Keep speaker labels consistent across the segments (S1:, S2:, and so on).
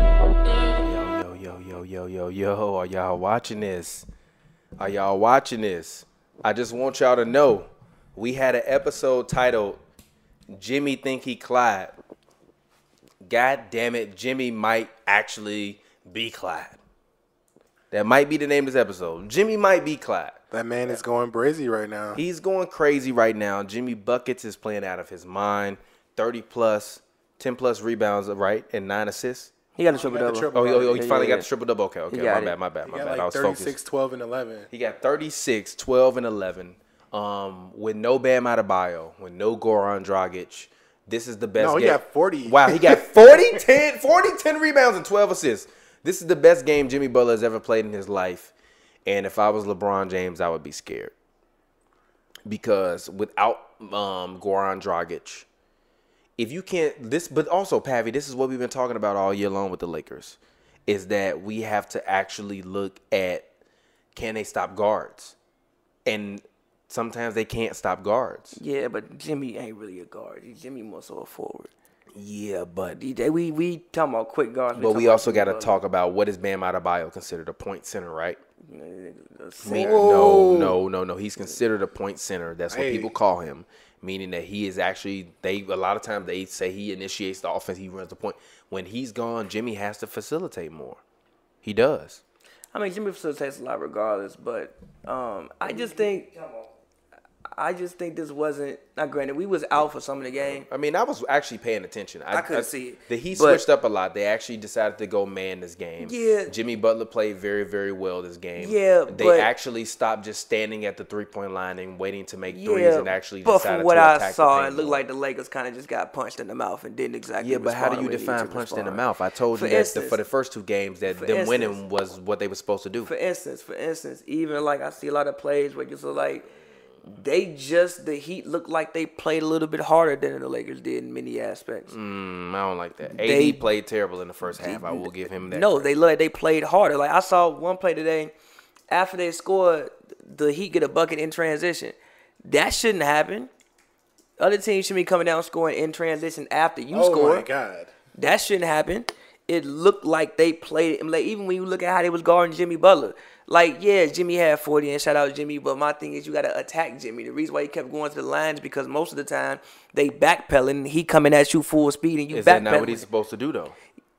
S1: Yo, yo, yo, yo, yo, yo. Are y'all watching this? Are y'all watching this? I just want y'all to know we had an episode titled Jimmy Think He Clyde. God damn it, Jimmy might actually be Clyde. That might be the name of this episode. Jimmy might be Clyde.
S2: That man is going brazy right now.
S1: He's going crazy right now. Jimmy Buckets is playing out of his mind. 30 plus, 10 plus rebounds, right? And nine assists.
S3: He got a triple
S2: got the
S3: double.
S2: triple
S1: Oh, he, oh, he
S3: Yeah,
S1: finally got
S3: yeah,
S1: the
S3: yeah.
S1: triple double. Okay, okay.
S3: He
S1: My
S3: got
S1: bad,
S3: it.
S1: my bad,
S2: He
S1: my
S2: got
S1: bad. I
S2: like
S1: was
S2: 36,
S1: focused.
S2: 12, and 11.
S1: He got 36, 12, and 11. Um, with no Bam Adebayo, with no Goran Dragic. This is the best
S2: No, he
S1: game.
S2: got 40.
S1: Wow, he got 40, 10, 40, 10 rebounds and 12 assists. This is the best game Jimmy Butler has ever played in his life. And if I was LeBron James, I would be scared. Because without um, Goran Dragic, if you can't this but also Pavi, this is what we've been talking about all year long with the Lakers, is that we have to actually look at can they stop guards? And sometimes they can't stop guards.
S3: Oh, Yeah, but Jimmy ain't really a guard. Jimmy more so a forward.
S1: Yeah, but
S3: DJ, we we talking about quick guards.
S1: but
S3: talking
S1: we
S3: about
S1: also got
S3: Jimmy
S1: to talk about what is Bam Adebayo considered a point center, right?
S3: Butler. The
S1: Me-
S3: center.
S1: no,
S2: Whoa.
S1: no, no, no. He's considered a point center. That's what
S2: Hey.
S1: people call him, meaning that he is actually. They a lot of times they say he initiates the offense. He runs the point. When he's gone, Jimmy has to facilitate more. He does.
S3: I mean, Jimmy facilitates a lot regardless, but um, I just think I just think this wasn't. Now, granted, we was out for some of the game.
S1: I mean, I was actually paying attention.
S3: I couldn't see it,
S1: The Heat
S3: but-
S1: switched up a lot. They actually decided to go man this game.
S3: Yeah.
S1: Jimmy Butler played very, very well this game.
S3: Yeah,
S1: They
S3: but-
S1: actually stopped just standing at the three point line and waiting to make threes
S3: Yeah,
S1: and actually
S3: but
S1: decided
S3: from what
S1: to
S3: I
S1: attack the
S3: saw, it
S1: paint
S3: looked
S1: more.
S3: like the Lakers kind of just got punched in the mouth and didn't exactly.
S1: Yeah, but how do you
S3: respond when they needed
S1: define
S3: to
S1: punched in the
S3: respond.
S1: mouth? I told
S3: For
S1: you that's the, for
S3: instance-
S1: the first two games that
S3: for
S1: them winning
S3: instance-
S1: was what they were supposed to do.
S3: For instance, for instance, even like I see a lot of plays where you feel like they just the Heat looked like they played a little bit harder than the Lakers did in many aspects.
S1: Mm, I don't like that. AD
S3: They-
S1: played terrible in the first half. I will give him that.
S3: No, they look they played harder. Like I saw one play today, after they scored, the Heat get a bucket in transition. That shouldn't happen. Other teams should be coming down scoring in transition after you
S2: Oh
S3: score.
S2: my God.
S3: That shouldn't happen. It looked like they played it. Like even when you look at how they was guarding Jimmy Butler, like yeah, Jimmy had 40 and shout out Jimmy. But my thing is you gotta attack Jimmy. The reason why he kept going to the lines because most of the time they backpedaling. and He coming at you full speed and you
S1: Is that not what he's
S3: backpedaling.
S1: supposed to do though?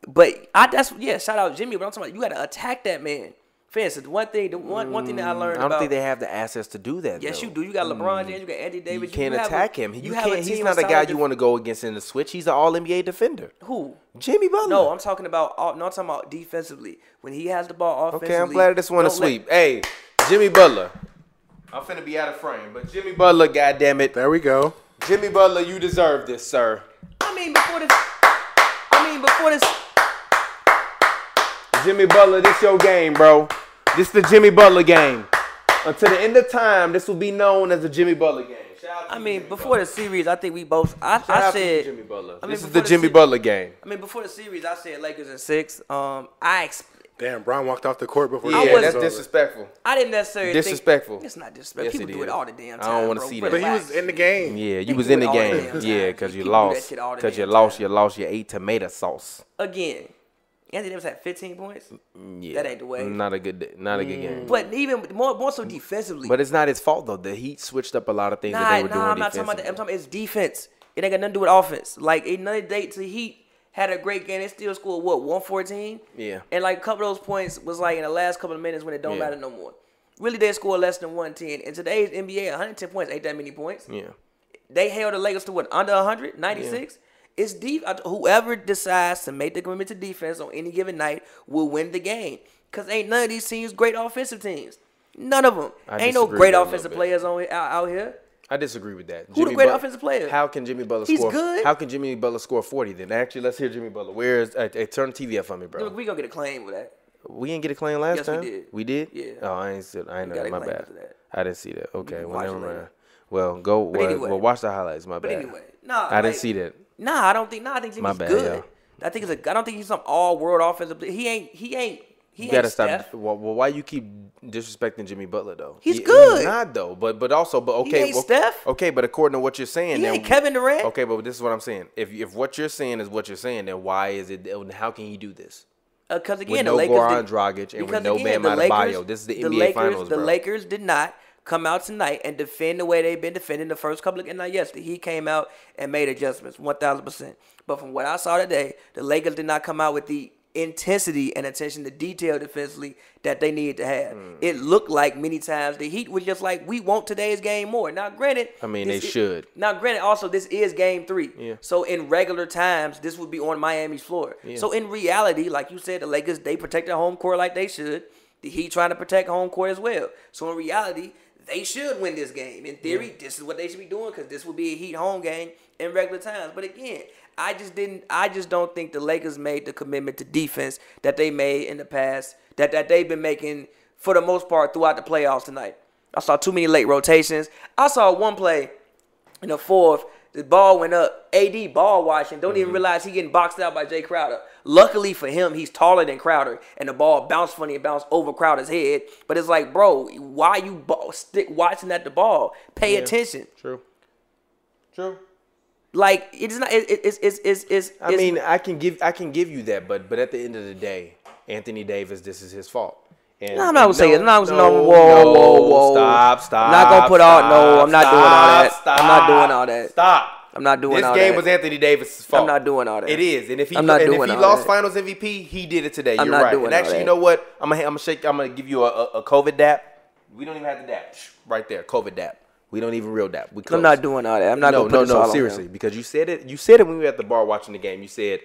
S3: But I that's yeah, shout out Jimmy. But I'm talking about you gotta attack that man. For instance, one thing the one one thing that I
S1: Mm, I
S3: learned
S1: don't
S3: about
S1: think they have the assets to do that.
S3: yes
S1: though. Mm.
S3: you do. You got LeBron James. You got Andy
S1: You
S3: Davis.
S1: can't
S3: have a-
S1: attack him. You,
S3: have a
S1: can't. He's
S3: team
S1: not a
S3: of
S1: guy
S3: solid
S1: you
S3: def-
S1: want to go against in the switch. He's an All NBA defender.
S3: Who?
S1: Jimmy Butler.
S3: No, I'm talking about. Off, no, I'm talking about defensively. When he has the ball offensively.
S1: okay. I'm glad this one a
S3: don't let-
S1: sweep. Hey, Jimmy Butler. I'm finna be out of frame, but Jimmy Butler, goddamn it,
S2: There we go.
S1: Jimmy Butler, you deserve this, sir.
S3: I mean, before this. I mean, before this.
S1: Jimmy Butler, this your game, bro. This the Jimmy Butler game. Until the end of time, this will be known as the Jimmy Butler game. Shout out to
S3: I
S1: you, Jimmy
S3: mean, before
S1: Butler.
S3: the series, I think we both. I,
S1: Shout
S3: I
S1: out to you,
S3: said.
S1: Jimmy Butler.
S3: I mean,
S1: this is
S3: before
S1: the
S3: the
S1: Jimmy
S3: se-
S1: Butler game.
S3: I mean, before the series, I said Lakers in six. Um, I ex-
S2: Damn, Brown walked off the court before
S1: Yeah,
S2: the
S3: was-
S2: game
S1: that's
S2: was over.
S1: disrespectful.
S3: I didn't necessarily think-
S1: Disrespectful.
S3: it's not disrespectful.
S1: Yes,
S3: People
S1: it
S3: do
S1: is.
S3: it all the damn
S1: I
S3: time.
S1: don't wanna
S3: bro.
S1: see that.
S2: But he
S3: Relax.
S2: was in the game.
S1: Yeah, you
S3: They
S1: was
S3: do
S1: in
S3: it
S1: the
S3: all the
S1: game.
S3: damn time.
S1: yeah, because you
S3: People do that
S1: lost.
S3: shit all the
S1: Because you
S3: damn
S1: lost.
S3: time.
S1: You lost your eight tomato sauce.
S3: again. Anthony Davis had 15 points.
S1: Yeah,
S3: Mm, ain't the way. Mm.
S1: Not a good. day- Not a good game. But,
S3: But even more, more
S1: Mm.
S3: so defensively.
S1: it's not his fault though. The Heat switched up a lot of things that
S3: Nah,
S1: they were
S3: nah,
S1: doing
S3: I'm not talking about that. I'm
S1: defensively.
S3: talking about it's defense. It ain't got nothing to do with offense. Like another day to Heat had a great game. They still scored what 114.
S1: Yeah.
S3: And like a couple of those points was like in the last couple of minutes when it don't
S1: Yeah.
S3: matter no more. Really, they scored less than 110. In today's NBA, 110 points ain't that many points. They held the Lakers to what under 100, 96. It's deep. I- Whoever decides to make the commitment to defense on any given night will win the game. Cause ain't none of these teams great offensive teams. None of them.
S1: I
S3: ain't
S1: disagree
S3: no
S1: with
S3: great
S1: that a little
S3: offensive
S1: bit.
S3: players on out, out here.
S1: I disagree with that. Who
S3: the great offensive player?
S1: How can Jimmy Butler
S3: He's
S1: score?
S3: good.
S1: How can Jimmy Butler score 40 then? Actually, let's hear Jimmy Butler. Where is uh, hey, turn the TV up for me, bro?
S3: Look, we gonna get a claim with that.
S1: We didn't get a claim last
S3: Yes,
S1: time.
S3: we did. Yeah.
S1: Oh, I ain't. See, I ain't know.
S3: got a
S1: My
S3: claim
S1: bad.
S3: after that.
S1: I didn't see that. Okay.
S3: can
S1: Well,
S3: watch
S1: never
S3: it later.
S1: mind. Well, go. Well,
S3: anyway.
S1: well, watch the highlights. My
S3: But
S1: bad.
S3: anyway, nah.
S1: I didn't
S3: like-
S1: see that.
S3: Nah, I don't think. Nah, I think Jimmy's
S1: bad,
S3: good.
S1: y'all.
S3: I think he's a. I don't think he's some all world offensive. player. He ain't. He ain't He
S1: you gotta
S3: ain't
S1: stop.
S3: Steph.
S1: Well, well, why you keep disrespecting Jimmy Butler though?
S3: He's
S1: He-
S3: good.
S1: not though, but but also, but okay,
S3: ain't
S1: well,
S3: Steph.
S1: Okay, but according to what you're saying,
S3: He
S1: then
S3: ain't Kevin Durant.
S1: Okay, but this is what I'm saying. If if what you're saying is what you're saying, then why is it? How can you do this
S3: Because
S1: with
S3: Uh, again,
S1: no
S3: the Lakers
S1: Goran
S3: did,
S1: Dragic and with
S3: because
S1: no Bam
S3: again, the Lakers,
S1: Adebayo? This is the,
S3: the
S1: NBA
S3: Lakers,
S1: Finals,
S3: The
S1: bro.
S3: Lakers did not come out tonight and defend the way they've been defending the first couple of games. Now, yes, the Heat came out and made adjustments, one thousand percent. But from what I saw today, the Lakers did not come out with the intensity and attention to detail defensively that they needed to have.
S1: Hmm.
S3: It looked like many times the Heat was just like, "We want today's game more." Now, granted,
S1: I mean,
S3: this
S1: they
S3: i-
S1: should.
S3: now, granted, also this is game three.
S1: Yeah.
S3: So in regular times, this would be on Miami's floor. So in reality, like you said, the Lakers they protect their home court like they should. The Heat trying to protect home court as well. So in reality, they should win this game. In theory, this is what they should be doing because this would be a Heat home game in regular times. But again, I just didn't. I just don't think the Lakers made the commitment to defense that they made in the past. That that they've been making for the most part throughout the playoffs tonight. I saw too many late rotations. I saw one play in the fourth, the ball went up. AD ball watching, don't
S1: Mm-hmm.
S3: even realize he getting boxed out by Jay Crowder. Luckily for him, he's taller than Crowder, and the ball bounced funny and bounced over Crowder's head. But it's like, bro, why you ball, stick watching at the ball? Pay attention.
S1: True. True.
S3: Like it's not. It, it, it's it's it's it's.
S1: I mean, I can give I can give you that, but but at the end of the day, Anthony Davis, this is his fault. And
S3: No, I'm not gonna say it. I'm not gonna say- no,
S1: no,
S3: whoa, whoa,
S1: no,
S3: whoa.
S1: Stop, stop.
S3: I'm not gonna put all-
S1: stop,
S3: no, I'm not doing all that.
S1: stop,
S3: I'm not doing all that.
S1: Stop.
S3: I'm not doing
S1: this
S3: all
S1: game
S3: that.
S1: was Anthony Davis' fault.
S3: not doing all that.
S1: It is, and if he
S3: I'm not
S1: and
S3: doing
S1: if he
S3: all
S1: lost
S3: that.
S1: Finals MVP, he did it today.
S3: I'm
S1: You're
S3: not
S1: right.
S3: doing
S1: and
S3: all
S1: actually,
S3: that.
S1: you know what? I'm gonna, I'm gonna shake. I'm gonna give you a, a, a COVID dap. We don't even have the dap Psh, right there. COVID dap. We don't even real dap. We close.
S3: I'm not doing all that. I'm not
S1: no,
S3: gonna put
S1: no,
S3: this all
S1: no.
S3: on him.
S1: Seriously, because you said it. You said it when we were at the bar watching the game. You said,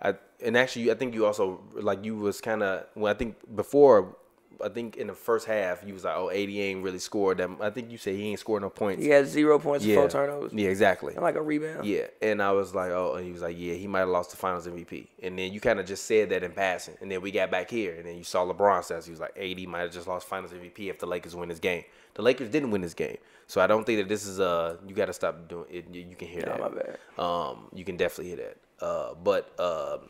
S1: I, and actually, you- I think you also like you was kind of. Well, I think before, I think in the first half, you was like, "Oh, AD ain't really scored them." I think you said he ain't scored no points.
S3: He has zero points, and four turnovers,
S1: Yeah, exactly.
S3: and like a rebound.
S1: Yeah, and I was like, oh, and he was like, yeah, he might have lost the Finals MVP, and then you kind of just said that in passing, and then we got back here, and then you saw LeBron stats. He was like, eighty might have just lost Finals MVP if the Lakers win this game. The Lakers didn't win this game, so I don't think that this is uh you got to stop doing it. You you can hear that.
S3: my bad.
S1: Um, you can definitely hear that. Uh, but um,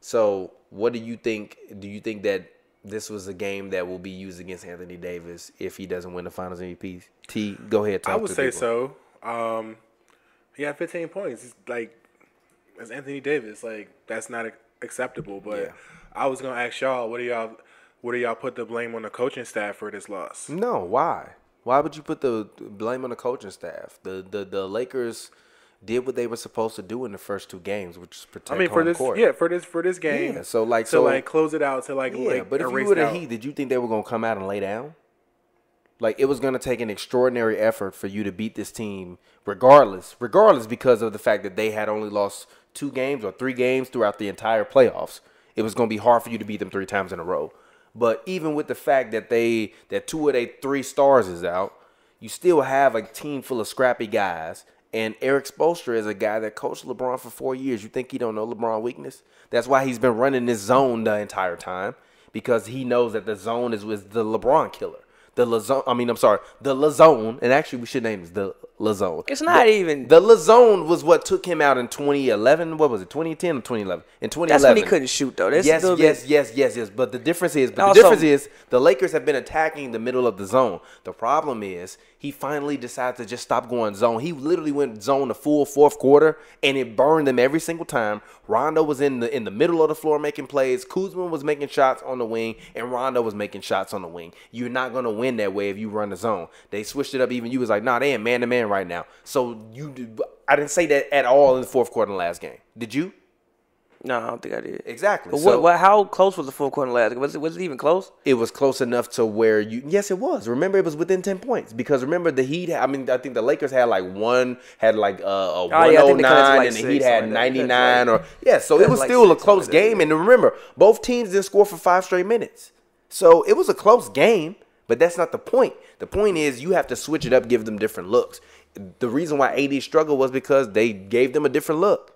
S1: so what do you think? Do you think that this was a game that will be used against Anthony Davis if he doesn't win the Finals MVP? T, go ahead. Talk
S2: I would
S1: to
S2: say
S1: people.
S2: so. Um, he had 15 points. It's like, it's Anthony Davis. Like, that's not ac- acceptable. But
S1: Yeah.
S2: I was gonna ask y'all, what do y'all, what do y'all put the blame on the coaching staff for this loss?
S1: No, why? Why would you put the blame on the coaching staff? The the the Lakers did what they were supposed to do in the first two games, which is protect
S2: I mean, for
S1: home
S2: this,
S1: court.
S2: yeah, for this, for this game.
S1: Yeah, so, like,
S2: to
S1: so-
S2: like close it out to like,
S1: Yeah,
S2: like
S1: but if you
S2: erase
S1: were the
S2: out.
S1: Heat, did you think they were gonna come out and lay down? Like it was gonna take an extraordinary effort for you to beat this team, regardless, regardless because of the fact that they had only lost two games or three games throughout the entire playoffs. It was gonna be hard for you to beat them three times in a row. But even with the fact that they that two of their three stars is out, you still have a team full of scrappy guys. And Eric Spoelstra is a guy that coached LeBron for four years. You think he don't know LeBron weakness? That's why he's been running this zone the entire time because he knows that the zone is with the LeBron killer. The Lazone, I mean, I'm sorry, the Lazone, and actually we should name it the Lazone.
S3: It's not even-
S1: the Lazone was what took him out in 2011. What was it, 2010 or 2011? In 2011,
S3: That's when he couldn't shoot though. That's
S1: yes,
S3: still-
S1: yes, yes, yes, yes. But the difference is, but
S3: Also-
S1: the difference is, the Lakers have been attacking the middle of the zone. The problem is, he finally decided to just stop going zone. He literally went zone the full fourth quarter, and it burned them every single time. Rondo was in the in the middle of the floor making plays. Kuzma was making shots on the wing, and Rondo was making shots on the wing. You're not gonna win that way if you run the zone. They switched it up. Even you was like, nah, they ain't man to man right now. So you, do- I didn't say that at all in the fourth quarter in the last game. Did you?
S3: No, I don't think I did.
S1: Exactly.
S3: But
S1: So-
S3: what, what? How close was the full quarter last? Was it? Was it even close?
S1: it was close enough to where you yes it was remember it was within 10 points because remember the heat i mean i think the lakers had like one had like uh, a
S3: Oh, I think they cut it
S1: 109
S3: to like
S1: and the
S3: six,
S1: heat
S3: something
S1: had
S3: like that.
S1: 99
S3: That's
S1: or yeah so
S3: That's
S1: it was
S3: like
S1: still a
S3: six, something
S1: close
S3: like that,
S1: game and remember both teams didn't score for five straight minutes so it was a close game but that's not the point the point is you have to switch it up give them different looks the reason why ad struggled was because they gave them a different look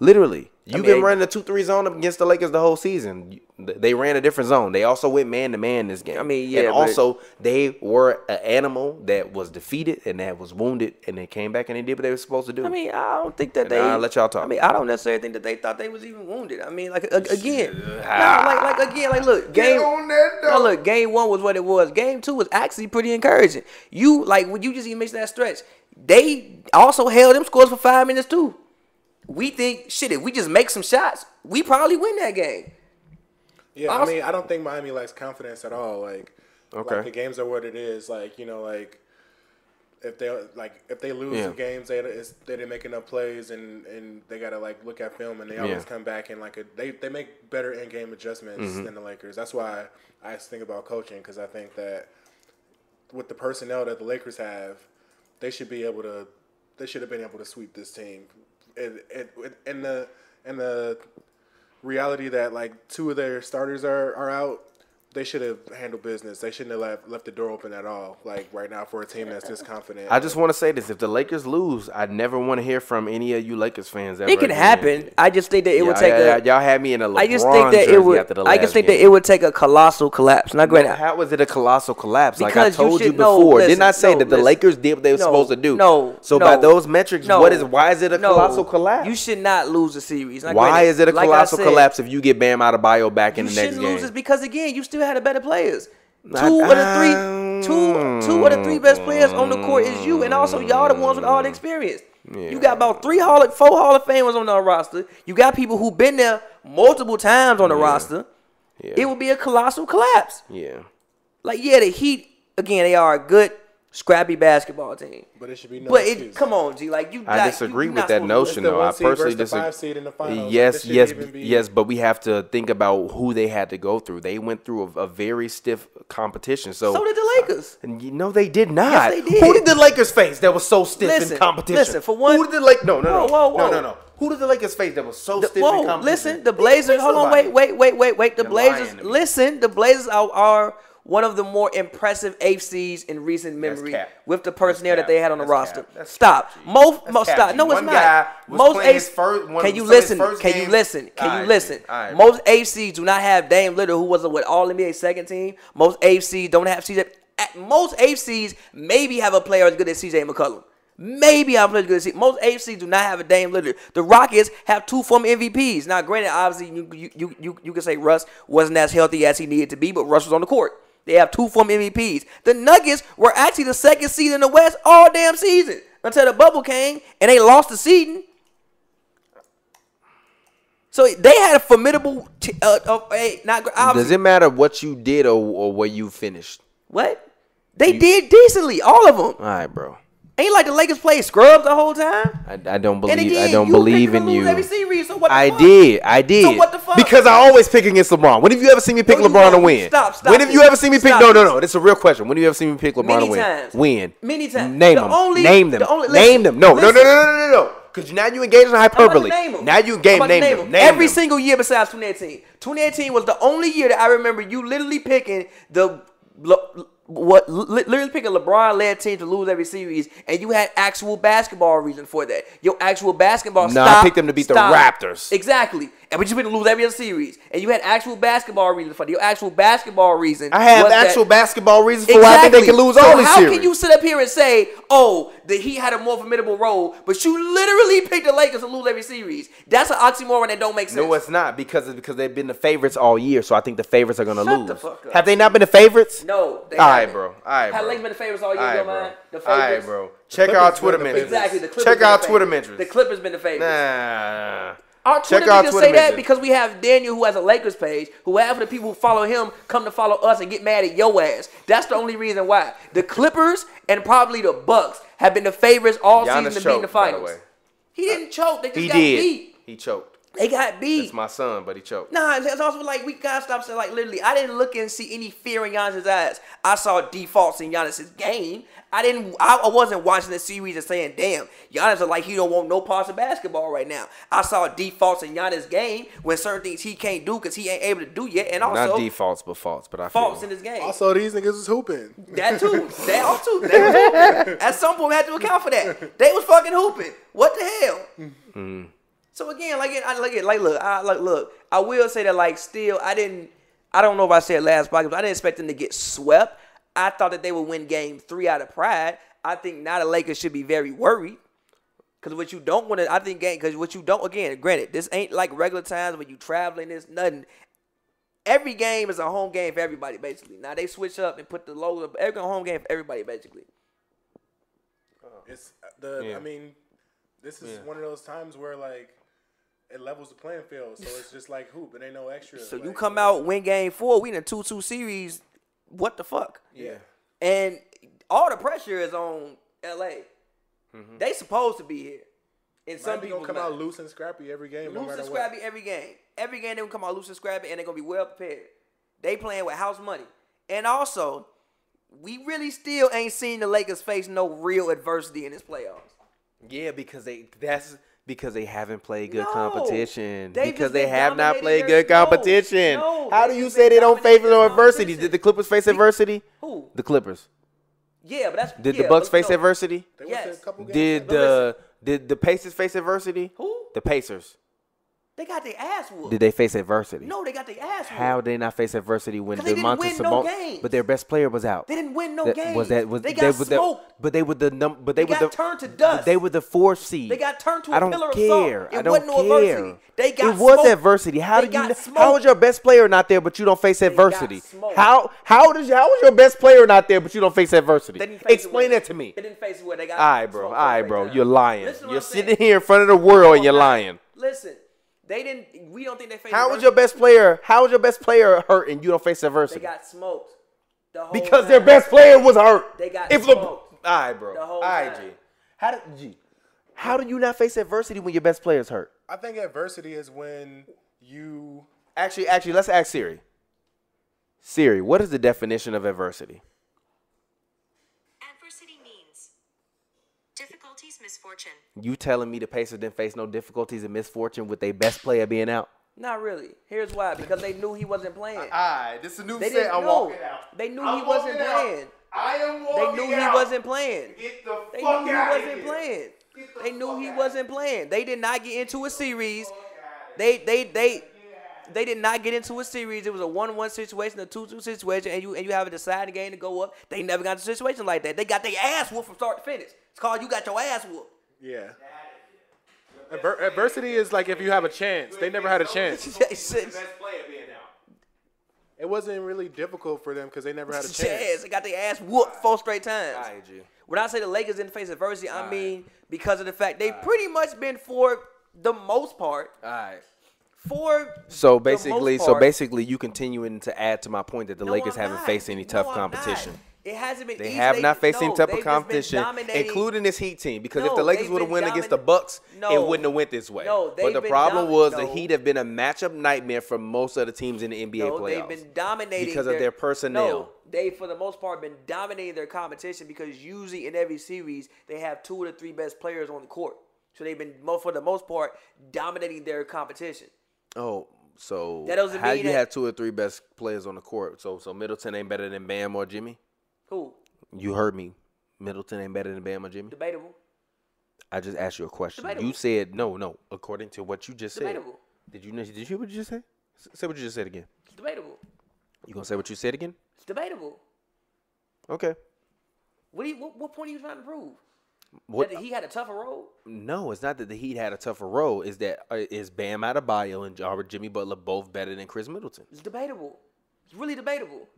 S1: Literally. You've
S3: mean,
S1: been
S3: they-
S1: running a two-three zone up against the Lakers the whole season. You- th- They ran a different zone. They also went man to man this game.
S3: I mean, yeah,
S1: And
S3: but-
S1: also, they were an animal that was defeated and that was wounded, and they came back and they did what they were supposed to do.
S3: I mean, I don't think that
S1: And
S3: they.
S1: I'll let y'all talk.
S3: I mean, I don't necessarily think that they thought they was even wounded. I mean, like a, again, no, like like again, like look, game.
S1: on that,
S3: no,
S1: dog.
S3: look, game one was what it was. Game two was actually pretty encouraging. You like when you just even mentioned that stretch, they also held them scores for five minutes too. We think shit. If we just make some shots, we probably win that game.
S2: Yeah,
S3: I was-
S2: I mean, I don't think Miami lacks confidence at all. Like,
S1: Okay.
S2: like the games are what it is. Like, you know, like if they like if they lose
S1: Yeah.
S2: the games, they it's, they didn't make enough plays, and and they gotta like look at film, and they always
S1: Yeah.
S2: come back and like a, they they make better in game adjustments
S1: Mm-hmm.
S2: than the Lakers. That's why I just think about coaching because I think that with the personnel that the Lakers have, they should be able to. They should have been able to sweep this team, and and and the and the reality that like two of their starters are are out. They should have handled business. They shouldn't have left, left the door open at all. Like right now for a team that's this confident.
S1: I just want to say this: if the Lakers lose, I never want to hear from any of you Lakers fans. Ever
S3: It can
S1: again.
S3: happen. I just think that it would
S1: Y'all-
S3: take.
S1: y'all,
S3: a,
S1: y'all had me in a LeBron
S3: I just think that
S1: jersey
S3: it would.
S1: After the
S3: I
S1: last
S3: just think
S1: game.
S3: that it would take a colossal collapse. Not granted,
S1: How was it a colossal collapse? Like I
S3: Because you
S1: told you,
S3: should- no,
S1: before,
S3: listen,
S1: didn't I say
S3: no,
S1: that the
S3: listen.
S1: Lakers did what they were
S3: No,
S1: supposed to do?
S3: No.
S1: So
S3: no,
S1: by those metrics,
S3: no,
S1: what is why is it a
S3: no.
S1: colossal collapse?
S3: You should not lose a series. Now,
S1: why
S3: granted,
S1: is it a
S3: like I
S1: colossal
S3: said,
S1: collapse if you get Bam out of bio back in
S3: You
S1: the next
S3: shouldn't
S1: game?
S3: lose this because again, you still had the better players. Two
S1: I-
S3: of the
S1: I-
S3: three, two, two of the three best players on the court is you, and also y'all the ones with all the experience. You got about three Hall, of, four Hall of Famers on the roster. You got people who've been there multiple times on the roster.
S1: Yeah.
S3: It would be a colossal collapse.
S1: yeah.
S3: Like yeah, the Heat again, they are a good, scrappy basketball team.
S2: but it should be no.
S3: But it,
S2: excuse.
S3: come on, G. Like you,
S1: I
S3: not,
S1: disagree
S3: you,
S1: with
S3: not
S1: that
S3: supposed to lose.
S1: notion,
S2: the
S1: though.
S2: one
S1: I
S2: seed versus
S1: personally
S2: the
S1: disagree.
S2: five seed in the finals. Like,
S1: Yes,
S2: this shouldn't
S1: yes,
S2: even be-
S1: yes. But we have to think about who they had to go through. They went through a, a very stiff competition. So,
S3: So did the Lakers.
S1: And you know they did not.
S3: they did.
S1: Who did the Lakers face that was so stiff
S3: Listen,
S1: in competition?
S3: listen, for one-
S1: who did the Lake? No, no, no,
S3: Whoa, whoa,
S1: no,
S3: whoa.
S1: no, no. Who did the Lakers face that was so
S3: The-
S1: stiff in
S3: whoa,
S1: competition?
S3: listen, the
S1: They didn't
S3: Blazers.
S1: face
S3: Hold on,
S1: nobody.
S3: wait, wait, wait, wait, wait. The
S1: You're lying
S3: Blazers.
S1: to me.
S3: Listen, the Blazers are, are one of the more impressive AFCs in recent memory
S1: cap.
S3: with the personnel that
S1: cap.
S3: they had on the
S1: That's
S3: roster.
S1: cap. That's
S3: Stop.
S1: cap, G.
S3: Most,
S1: That's
S3: most
S1: cap,
S3: stop.
S1: G.
S3: No, it's
S1: One
S3: not.
S1: guy was
S3: most
S1: playing his
S3: AFC
S1: first- one-
S3: Can you
S1: so his
S3: listen?
S1: first
S3: Can you
S1: game-
S3: listen? Can
S1: Aight,
S3: you listen?
S1: G. Aight.
S3: Most AFCs do not have Dame Little, who was a what All NBA second team. Most AFCs don't have CJ. At most AFCs maybe have a player as good as CJ McCollum. Maybe I'll play as good as CJ. Most AFCs do not have a Dame Little. The Rockets have two former MVPs. Now, granted, obviously you you you you, you can say Russ wasn't as healthy as he needed to be, but Russ was on the court. They have two former MVPs. The Nuggets were actually the second seed in the West all damn season until the bubble came and they lost the seeding. So they had a formidable. T- uh, uh, a, not gr- obviously,
S1: Does it matter what you did or, or where you finished?
S3: what they did decently, all of them.
S1: All right, bro.
S3: Ain't like the Lakers played scrubs the whole time.
S1: I, I don't believe
S3: And again,
S1: I don't
S3: you
S1: believe
S3: picked
S1: in
S3: to lose
S1: you.
S3: Every series, so what the
S1: I
S3: fuck?
S1: did. I did.
S3: what the fuck?
S1: Because I always pick against LeBron. When have you ever seen me pick
S3: No, you
S1: LeBron to
S3: don't.
S1: win?
S3: Stop, stop
S1: When have you
S3: this.
S1: ever seen me pick?
S3: Stop
S1: no, no,
S3: this.
S1: no. This is a real question. When have you ever seen me pick LeBron
S3: Many
S1: to win?
S3: times.
S1: Win.
S3: Many times.
S1: Name
S3: The
S1: them.
S3: only-
S1: name them.
S3: the only-
S1: name
S3: listen,
S1: them. No, no, no,
S3: listen.
S1: no, no, no, no. Because now you engage in hyperbole.
S3: I'm about to name 'em.
S1: Now you
S3: I'm
S1: game
S3: about to
S1: name, them.
S3: 'em.
S1: Name
S3: Every
S1: them.
S3: single year besides 2018. 2018 was the only year that I remember you literally picking the Le- what li- literally picking LeBron led team to lose every series, and you had actual basketball reason for that. Your actual basketball.
S1: Nah, I
S3: stop,
S1: picked them to beat the
S3: stop.
S1: Raptors.
S3: Exactly, and but you picked to lose every other series, and you had actual basketball reason for that. Your actual basketball reason.
S1: I have
S3: was that-
S1: actual basketball reasons for why I think they can lose
S3: so
S1: all these
S3: how
S1: series.
S3: can you sit up here and say, "Oh, that he had a more formidable role," but you literally picked the Lakers to lose every series? That's an oxymoron that don't make sense.
S1: No, it's not because it's because they've been the favorites all year. So I think the favorites are gonna
S3: Shut
S1: lose.
S3: the fuck up.
S1: Have they not been the favorites?
S3: No, they
S1: All right,
S3: haven't.
S1: bro. All right,
S3: Had
S1: bro.
S3: Lakers been the favorites all year,
S1: All right,
S3: don't
S1: bro.
S3: mind. The
S1: All right,
S3: favorites.
S1: bro. Check our
S2: Clippers
S1: Twitter
S2: been the
S1: mentions.
S3: Exactly. The Clippers
S1: Check
S3: been
S1: our
S3: the
S1: Twitter
S3: favorites.
S1: mentions.
S3: The Clippers been the favorites.
S1: Nah.
S3: Our Twitter
S1: Check our
S3: niggas
S1: Twitter
S3: say that
S1: mentions.
S3: because we have Daniel who has a Lakers page, who half of the people who follow him come to follow us and get mad at yo ass. That's the only reason why. The Clippers and probably the Bucks have been the favorites all
S1: Giannis
S3: season to be in the
S1: choked, by the
S3: finals.
S1: way.
S3: He didn't choke. They just
S1: Uh, He
S3: got
S1: did.
S3: beat.
S1: He choked.
S3: They got beat.
S1: It's my son, but he choked.
S3: Nah, it's it's also like we gotta stop saying like literally. I didn't look and see any fear in Giannis's eyes. I saw defaults in Giannis's game. I didn't. I, I wasn't watching the series and saying, "Damn, Giannis is like he don't want no parts of basketball right now." I saw defaults in Giannis's game when certain things he can't do because he ain't able to do yet, and
S1: Not
S3: also
S1: defaults, but faults. But I
S3: faults
S1: feel.
S3: in his game.
S2: Also, these niggas is hooping.
S3: That too. That all too. That was hooping. At some point, we had to account for that. They was fucking hooping. What the hell? So again, like it, I like it, like look, I like look, I will say that like still, I didn't, I don't know if I said last podcast, but I didn't expect them to get swept. I thought that they would win game three out of pride. I think now the Lakers should be very worried. Cause what you don't want to, I think, game. Cause what you don't, again, granted, this ain't like regular times when you traveling. This nothing. Every game is a home game for everybody, basically. Now they switch up and put the logo. up. Every home game for everybody, basically.
S2: It's the.
S1: Yeah.
S2: I mean, this is
S1: Yeah.
S2: one of those times where like it levels the playing field, so it's just like hoop. It ain't no extra.
S3: So you
S2: like-
S3: come out win game four. We in a two two series. What the fuck?
S2: Yeah.
S3: And all the pressure is on L.A. They supposed to be here. And
S2: Some
S3: some
S2: people
S3: people
S2: Mm-hmm. gonna come out loose and scrappy every game, no
S3: loose
S2: matter
S3: and
S2: what.
S3: scrappy every game. Every game they gonna come out loose and scrappy, and they're gonna be well prepared. They playing with house money, and also we really still ain't seen the Lakers face no real adversity in this playoffs.
S1: Yeah, because they that's because they haven't played good
S3: No.
S1: competition.
S3: They've
S1: because
S3: just
S1: they
S3: been
S1: have not
S3: dominating
S1: played
S3: their-
S1: good
S3: no.
S1: competition.
S3: No,
S1: How do
S3: they've
S1: you
S3: just
S1: say
S3: been
S1: they don't face no
S3: dominating their
S1: adversity?
S3: competition.
S1: Did the Clippers face adversity?
S3: Who?
S1: The Clippers.
S3: Yeah, but that's
S1: Did
S3: yeah,
S1: the Bucks
S3: but
S1: face
S3: no.
S1: adversity?
S2: They went to a
S3: Yes.
S2: couple games
S1: Did uh,
S2: back.
S1: the did the Pacers face adversity?
S3: Who?
S1: The Pacers.
S3: They got their ass whooped.
S1: Did they face adversity?
S3: no, they got their ass whooped.
S1: How did they not face adversity when
S3: 'Cause they didn't
S1: DeMontis
S3: win no
S1: Sabonis?
S3: games.
S1: but their best player was out.
S3: They didn't win no
S1: That-
S3: games.
S1: Was that was
S3: they
S1: they
S3: got
S1: were the-
S3: smoked.
S1: but they were the number. But they,
S3: They
S1: were
S3: got
S1: the,
S3: turned to
S1: but
S3: dust.
S1: They were the fourth seed.
S3: They got turned to a
S1: I don't
S3: pillar of salt.
S1: care.
S3: It
S1: I don't
S3: wasn't no
S1: care.
S3: adversity. They got
S1: It was
S3: smoked.
S1: adversity. How
S3: They
S1: did you?
S3: got
S1: kn-
S3: smoked.
S1: How was your best player not there, but you don't face adversity?
S3: smoked.
S1: How how did you? How was your best player not there, but you don't face adversity?
S3: They didn't face
S1: Explain
S3: it
S1: that to me.
S3: They didn't face it where they got.
S1: All right, bro. All
S3: smoked
S1: right,
S3: right
S1: bro.
S3: now.
S1: You're lying.
S3: Listen to what
S1: You're
S3: I'm saying.
S1: sitting here in front of the world and you're
S3: Come on now.
S1: lying.
S3: Listen, they didn't. We don't think they faced.
S1: How was
S3: adversity.
S1: your best player? How was your best player hurt and you don't face adversity?
S3: They got smoked. The whole
S1: because
S3: time.
S1: their best player was hurt.
S3: Oh, They got
S1: if Le- all
S3: smoked
S1: right, bro.
S3: the whole
S1: all right,
S3: time.
S1: G. How do G? How do you not face adversity when your best player is hurt?
S2: I think adversity is when you
S1: Actually, actually, let's ask Siri. Siri, what is the definition of adversity?
S4: Adversity means difficulties, misfortune.
S1: You telling me the Pacers didn't face no difficulties and misfortune with their best player being out?
S3: Not really. Here's why. Because they knew he wasn't playing.
S1: Alright, this is a new
S3: They didn't know. They knew he wasn't playing.
S1: I am
S3: They knew he wasn't playing.
S1: Get the
S3: They
S1: fuck
S3: knew he
S1: outta
S3: wasn't
S1: here.
S3: playing.
S1: Get the
S3: They knew
S1: fuck
S3: he
S1: outta
S3: wasn't playing. They did not get into a series. They they they they did not get into a series. It was a one-one situation, a two-two situation, and you and you have a deciding game to go up. They never got into a situation like that. They got their ass whooped from start to finish. It's called you got your ass whooped.
S2: yeah. Adver- adversity is like if you have a chance. They never had a chance. It wasn't really difficult for them because they never had a
S3: Jazz,
S2: chance.
S3: they got their ass whooped four straight times.
S1: Alright, G.
S3: When I say the Lakers didn't face adversity, I mean because of the fact they've pretty much been for the most part
S1: Alright.
S3: for
S1: So
S3: the most
S1: basically, so
S3: part-
S1: basically, you continuing to add to my point that the
S3: No,
S1: Lakers
S3: I'm
S1: haven't
S3: not.
S1: faced any
S3: No,
S1: tough
S3: I'm not.
S1: competition.
S3: It hasn't been.
S1: They
S3: easy.
S1: have not faced any
S3: no,
S1: tough
S3: they've
S1: of
S3: just been
S1: competition,
S3: dominating-
S1: including this Heat team. Because if
S3: No,
S1: the Lakers
S3: they've
S1: would have
S3: been
S1: won against the
S3: domin-
S1: Bucks,
S3: No.
S1: it wouldn't have went this way.
S3: No,
S1: but
S3: they've
S1: the
S3: been
S1: problem
S3: domin-
S1: was the
S3: no.
S1: Heat have been a matchup nightmare for most of the teams in the NBA
S3: No,
S1: playoffs.
S3: they've been dominating
S1: because of their personnel.
S3: No, they for the most part been dominating their competition because usually in every series they have two of the three best players on the court. So they've been mo- for the most part dominating their competition.
S1: Oh, so
S3: That doesn't
S1: how
S3: mean
S1: you
S3: that-
S1: have two or three best players on the court? So so Middleton ain't better than Bam or Jimmy.
S3: Who
S1: You heard me. Middleton ain't better than Bam or Jimmy.
S3: debatable?
S1: I just asked you a question. You
S3: Debatable.
S1: said no, no. According to what you just
S3: Debatable.
S1: said, did you did you hear what you just said? S- Say what you just said again.
S3: It's debatable.
S1: You gonna say what you said again?
S3: It's debatable.
S1: Okay.
S3: What, do you, what what point are you trying to prove?
S1: What?
S3: That he had a tougher role.
S1: No, it's not that the Heat had a tougher role. Is that uh, is Bam Adebayo and Jar- Jimmy Butler both better than Chris Middleton?
S3: It's debatable. It's really debatable.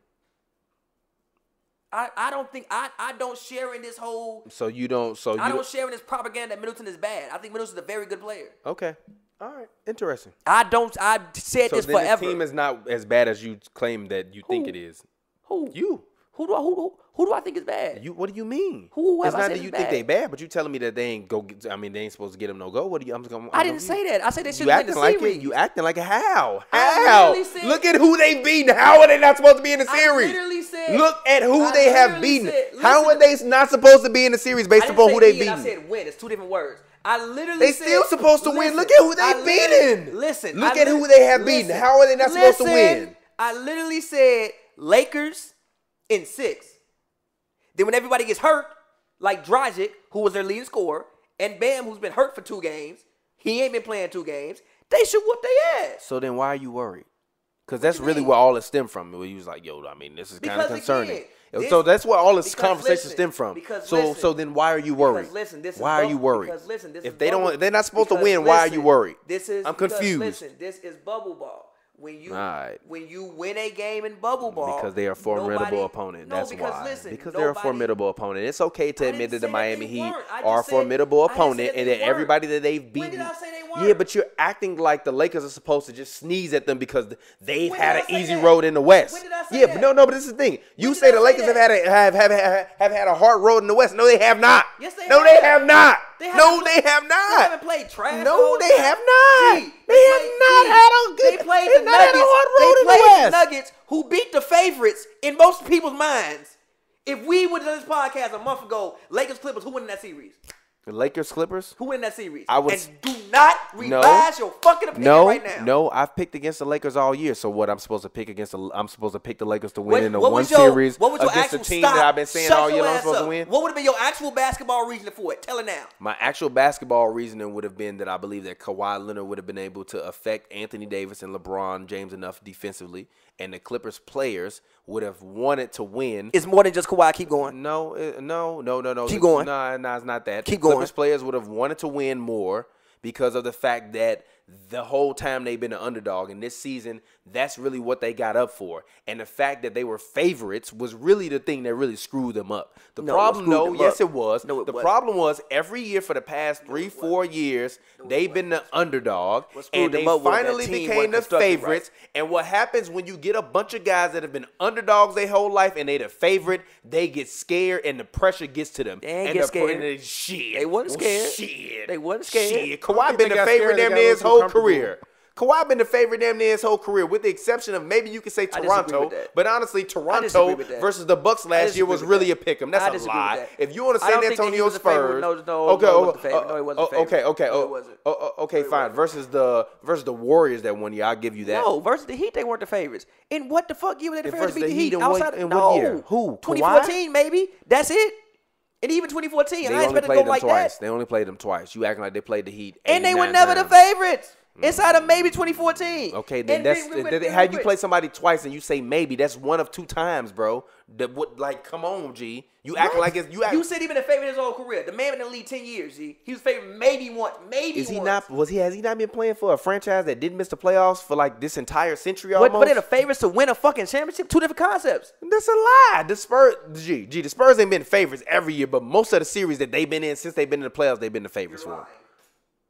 S3: I, I don't think I, I don't share in this whole
S1: So you don't. So
S3: I
S1: you
S3: don't share in this propaganda that Middleton is bad. I think Middleton's a very good player.
S1: okay. All right. Interesting.
S3: I don't I said
S1: So
S3: this
S1: then this
S3: forever.
S1: team is not as bad as you claim that you think it is.
S3: who
S1: You.
S3: who do I who, who who do I think is bad?
S1: You. What do you mean?
S3: Who
S1: it's
S3: have I
S1: not
S3: said
S1: that
S3: is
S1: you think they bad, but you telling me that they ain't go. Get, I mean, they ain't supposed to get them no go. What do you? I'm just gonna. I'm
S3: I
S1: gonna-
S3: didn't say that. I said they
S1: You
S3: should win the
S1: acting like
S3: series.
S1: it. You acting like how?
S3: I
S1: How?
S3: literally said-
S1: Look at who they beaten. How are they not supposed to be in the
S3: I
S1: series?
S3: literally said-
S1: Look at who
S3: I
S1: they have
S3: literally
S1: beaten.
S3: said-
S1: how are
S3: listen-
S1: they not supposed to be in the series
S3: I
S1: based
S3: didn't
S1: upon
S3: say
S1: who they
S3: beat, I
S1: beaten?
S3: said win. It's two different words. I literally
S1: They
S3: said-
S1: still supposed to win. Look at who they
S3: I literally-
S1: beating.
S3: Listen.
S1: Look
S3: I
S1: at
S3: lit-
S1: who they have beaten. How are they not supposed to
S3: listen,
S1: win?
S3: I literally said Lakers in six. Then when everybody gets hurt, like Dragic, who was their leading scorer, and Bam, who's been hurt for two games, He ain't been playing two games. They should whoop their ass.
S1: So then why are you worried? Because that's
S3: you
S1: really
S3: mean?
S1: where all it stemmed from. Where he was like, "Yo, I mean, this is kind of
S3: Because
S1: concerning."
S3: again, this-
S1: so that's where all this
S3: because
S1: conversation
S3: listen,
S1: stemmed from.
S3: because
S1: so
S3: listen,
S1: so then why are you worried?
S3: Because listen, this is
S1: why are
S3: bubble-
S1: you worried?
S3: Because listen, this
S1: if
S3: is
S1: they
S3: bubble-
S1: don't, they're not supposed to
S3: because
S1: win. why are you
S3: listen,
S1: worried?
S3: This is
S1: I'm
S3: because,
S1: confused.
S3: Listen, this is bubble ball. When you
S1: Alright.
S3: when you win a game in bubble ball,
S1: Because they are a formidable
S3: nobody-
S1: opponent.
S3: No,
S1: That's
S3: because
S1: why.
S3: Listen,
S1: because
S3: nobody,
S1: they're a formidable opponent. It's okay to
S3: I
S1: admit
S3: didn't
S1: that the
S3: say that
S1: Miami
S3: they
S1: Heat
S3: weren't. I
S1: are a
S3: just said-
S1: formidable
S3: I didn't say
S1: opponent,
S3: that
S1: and
S3: they
S1: that everybody
S3: weren't.
S1: that they've
S3: When did
S1: beaten.
S3: I say they
S1: Yeah,
S3: weren't?
S1: but you're acting like the Lakers are supposed to just sneeze at them because th- they've
S3: When
S1: had
S3: did
S1: an
S3: I say
S1: easy
S3: that?
S1: road in the West.
S3: When did I say
S1: yeah, but
S3: that?
S1: no, no. But this is the thing. You
S3: did
S1: say
S3: I
S1: the
S3: say
S1: Lakers have had
S3: that?
S1: a have, have have have had a hard road in the West. No, they have not.
S3: Yes, they
S1: no,
S3: have.
S1: they have not.
S3: They
S1: no, they
S3: haven't played-
S1: have not.
S3: They haven't played trash. the
S1: No,
S3: whole
S1: they
S3: time.
S1: have not.
S3: Gee,
S1: they have
S3: played-
S1: not
S3: gee,
S1: had a good.
S3: They played
S1: they've
S3: the
S1: not had
S3: Nuggets.
S1: a hard road
S3: they
S1: in the
S3: played
S1: West.
S3: the Nuggets, who beat the favorites in most people's minds. If we would have done this podcast a month ago, Lakers Clippers, who win that series?
S1: The Lakers Clippers.
S3: Who win that series?
S1: I would-
S3: And do not
S1: No.
S3: revise your fucking opinion
S1: No,
S3: right now.
S1: no, I've picked against the Lakers all year. So what? I'm supposed to pick against the I'm supposed to pick the Lakers to win
S3: What,
S1: in the
S3: what
S1: one
S3: was your,
S1: series
S3: what was your
S1: against the
S3: actual
S1: team
S3: stop?
S1: that I've been saying
S3: Shut
S1: all year
S3: your
S1: long
S3: ass
S1: supposed
S3: up.
S1: to win.
S3: What would have been your actual basketball reason for it? Tell her now.
S1: My actual basketball reasoning would have been that I believe that Kawhi Leonard would have been able to affect Anthony Davis and LeBron James enough defensively, and the Clippers players would have wanted to win.
S3: It's more than just Kawhi. Keep going.
S1: No, uh, no, no, no, no.
S3: Keep going.
S1: Nah, nah, it's not that.
S3: Keep
S1: The
S3: going.
S1: Clippers players would have wanted to win more because of the fact that the whole time they've been an underdog, and this season, that's really what they got up for. And the fact that they were favorites was really the thing that really screwed them up. The
S3: No, it
S1: problem,
S3: screwed
S1: no,
S3: them
S1: yes,
S3: up.
S1: it was.
S3: No, it
S1: the
S3: wasn't.
S1: problem was every year for the past three, four years, they've been the underdog,
S3: What screwed
S1: and they
S3: them up was that
S1: finally
S3: team
S1: became
S3: wasn't
S1: the
S3: constructed right.
S1: favorites. And what happens when you get a bunch of guys that have been underdogs their whole life and they the favorite, they get scared and the pressure gets to them.
S3: They ain't
S1: and
S3: get
S1: the pr-
S3: scared.
S1: and they- shit.
S3: They
S1: Well,
S3: wasn't scared.
S1: Shit.
S3: They wasn't scared.
S1: Shit.
S2: I
S1: Kawhi
S2: think
S1: been
S2: they
S1: the
S2: got
S1: favorite
S2: scared, they
S1: damn
S2: got
S1: near
S2: a
S1: his whole
S2: little too
S1: career. Kawhi been the favorite damn near his whole career, with the exception of maybe you could say
S3: disagree
S1: Toronto.
S3: with that.
S1: But honestly, Toronto
S3: with that.
S1: versus the Bucks last year
S3: disagree
S1: was
S3: with
S1: really
S3: that.
S1: a pick 'em.
S3: I
S1: That's a
S3: disagree with
S1: lie.
S3: that.
S1: If you want to
S3: I
S1: San
S3: don't think that he
S1: Antonio
S3: was a favorite.
S1: Spurs,
S3: No, no,
S1: okay,
S3: no, he wasn't
S1: oh,
S3: a favorite. No, he wasn't a
S1: oh,
S3: favorite.
S1: okay, okay,
S3: No, he
S1: oh,
S3: wasn't.
S1: oh, oh, okay, fine. Versus the versus the Warriors that one year, I'll give you that.
S3: No, versus the Heat, they weren't the favorites. And what the fuck year were they the
S1: And
S3: favorites to beat
S1: versus
S3: the
S1: the
S3: Heat?
S1: Heat in what-
S3: outside
S1: in
S3: no.
S1: what year? Who? Kawhi?
S3: 2014, maybe. That's it. And even 2014,
S1: They
S3: I
S1: only
S3: expected to go
S1: played them
S3: like
S1: twice.
S3: that.
S1: They only played them twice. You acting like they played the Heat,
S3: And they were
S1: 89
S3: never the
S1: times.
S3: favorites. Inside of maybe 2014.
S1: Okay, then
S3: And
S1: that's
S3: we- we went-
S1: then
S3: we
S1: how you
S3: went-
S1: play somebody twice and you say maybe. That's one of two times, bro. That what like come on, G. You acting like it's you act.
S3: You said he been a favorite his whole career. The man been in the league 10 years, G. He was favored maybe once. Maybe
S1: is he
S3: once.
S1: not? Was he? Has he not been playing for a franchise that didn't miss the playoffs for like this entire century
S3: But,
S1: almost?
S3: but in the favorites to win a fucking championship? Two different concepts.
S1: That's a lie. The Spurs, G, G, the Spurs ain't been favorites every year, but most of the series that they've been in since they've been in the playoffs, they've been the favorites for.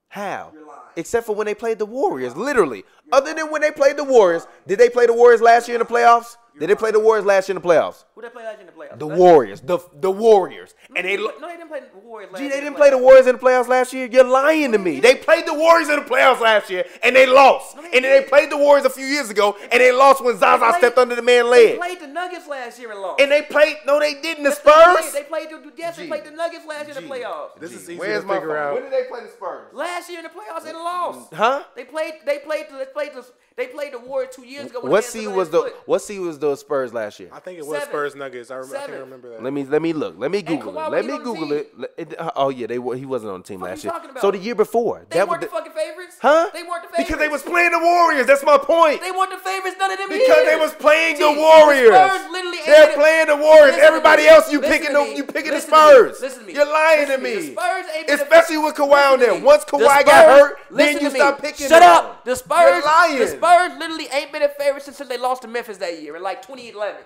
S1: How? Except for when they played the Warriors, literally. Other than when they played the Warriors, did they play the Warriors last year in the playoffs? Did they play the Warriors last year in the playoffs?
S3: Who they play last year in the playoffs?
S1: The
S3: Last-
S1: Warriors, the the Warriors, and they.
S3: No,
S1: lo-
S3: they didn't play the Warriors last
S1: Gee,
S3: year.
S1: they
S3: in
S1: didn't play the
S3: playoffs.
S1: Warriors in the playoffs last year. You're lying to me. They played the Warriors in the playoffs last year and they lost.
S3: they
S1: And then they
S3: didn't.
S1: played the Warriors a few years ago and they lost when Zaza
S3: played-
S1: stepped under the man's
S3: They
S1: leg.
S3: played the Nuggets last year and lost.
S1: And they played. No, they didn't. The
S3: Yes,
S1: Spurs.
S3: They played, they played the yes, they
S1: Gee.
S3: played the Nuggets last year in the playoffs.
S2: This is easy
S1: Where's
S2: to
S1: my
S2: figure
S1: phone?
S2: out.
S1: When did they play the Spurs?
S3: Last year in the playoffs, they lost.
S1: Mm, Huh?
S3: They played. They played. They played the. They played the Warriors two years ago. when
S1: What
S3: they had
S1: seed
S3: Zion
S1: was the
S3: Foot.
S1: What seed was the Spurs last year?
S2: I think it was
S3: Seven.
S2: Spurs Nuggets. I, rem- I think I
S3: Seven.
S2: remember that.
S1: Let me let me look. Let me Google it.
S3: Kawhi
S1: Let
S3: wasn't
S1: me
S3: on the
S1: Google
S3: team.
S1: it. Let- it- uh, Oh yeah, they were, he wasn't on the team
S3: Fuck
S1: last
S3: you
S1: year.
S3: talking about?
S1: So the year before,
S3: They
S1: that
S3: weren't the
S1: was the-
S3: fucking favorites.
S1: huh?
S3: They weren't the favorites
S1: because they was playing the Warriors. That's my point.
S3: They weren't the favorites. None of them.
S1: Because they
S3: years.
S1: was playing the
S3: Gee,
S1: Warriors.
S3: Spurs literally ain't
S1: They're
S3: been-
S1: playing the Warriors.
S3: Listen to
S1: Everybody
S3: me.
S1: else, you
S3: Listen
S1: picking the
S3: to me.
S1: you picking the
S3: Listen to me.
S1: Spurs.
S3: Listen to me.
S1: You're lying to
S3: Listen to me.
S1: me.
S3: The Spurs ain't been the-
S1: especially with Kawhi on
S3: Listen to
S1: there.
S3: me.
S1: Once
S3: The
S1: Kawhi got
S3: Spurs-
S1: hurt,
S3: listen
S1: then
S3: to
S1: you
S3: me.
S1: stop picking.
S3: Shut
S1: them.
S3: up. The Spurs.
S1: You're lying.
S3: The Spurs literally ain't been a favorite since they lost to Memphis that year in like 2011.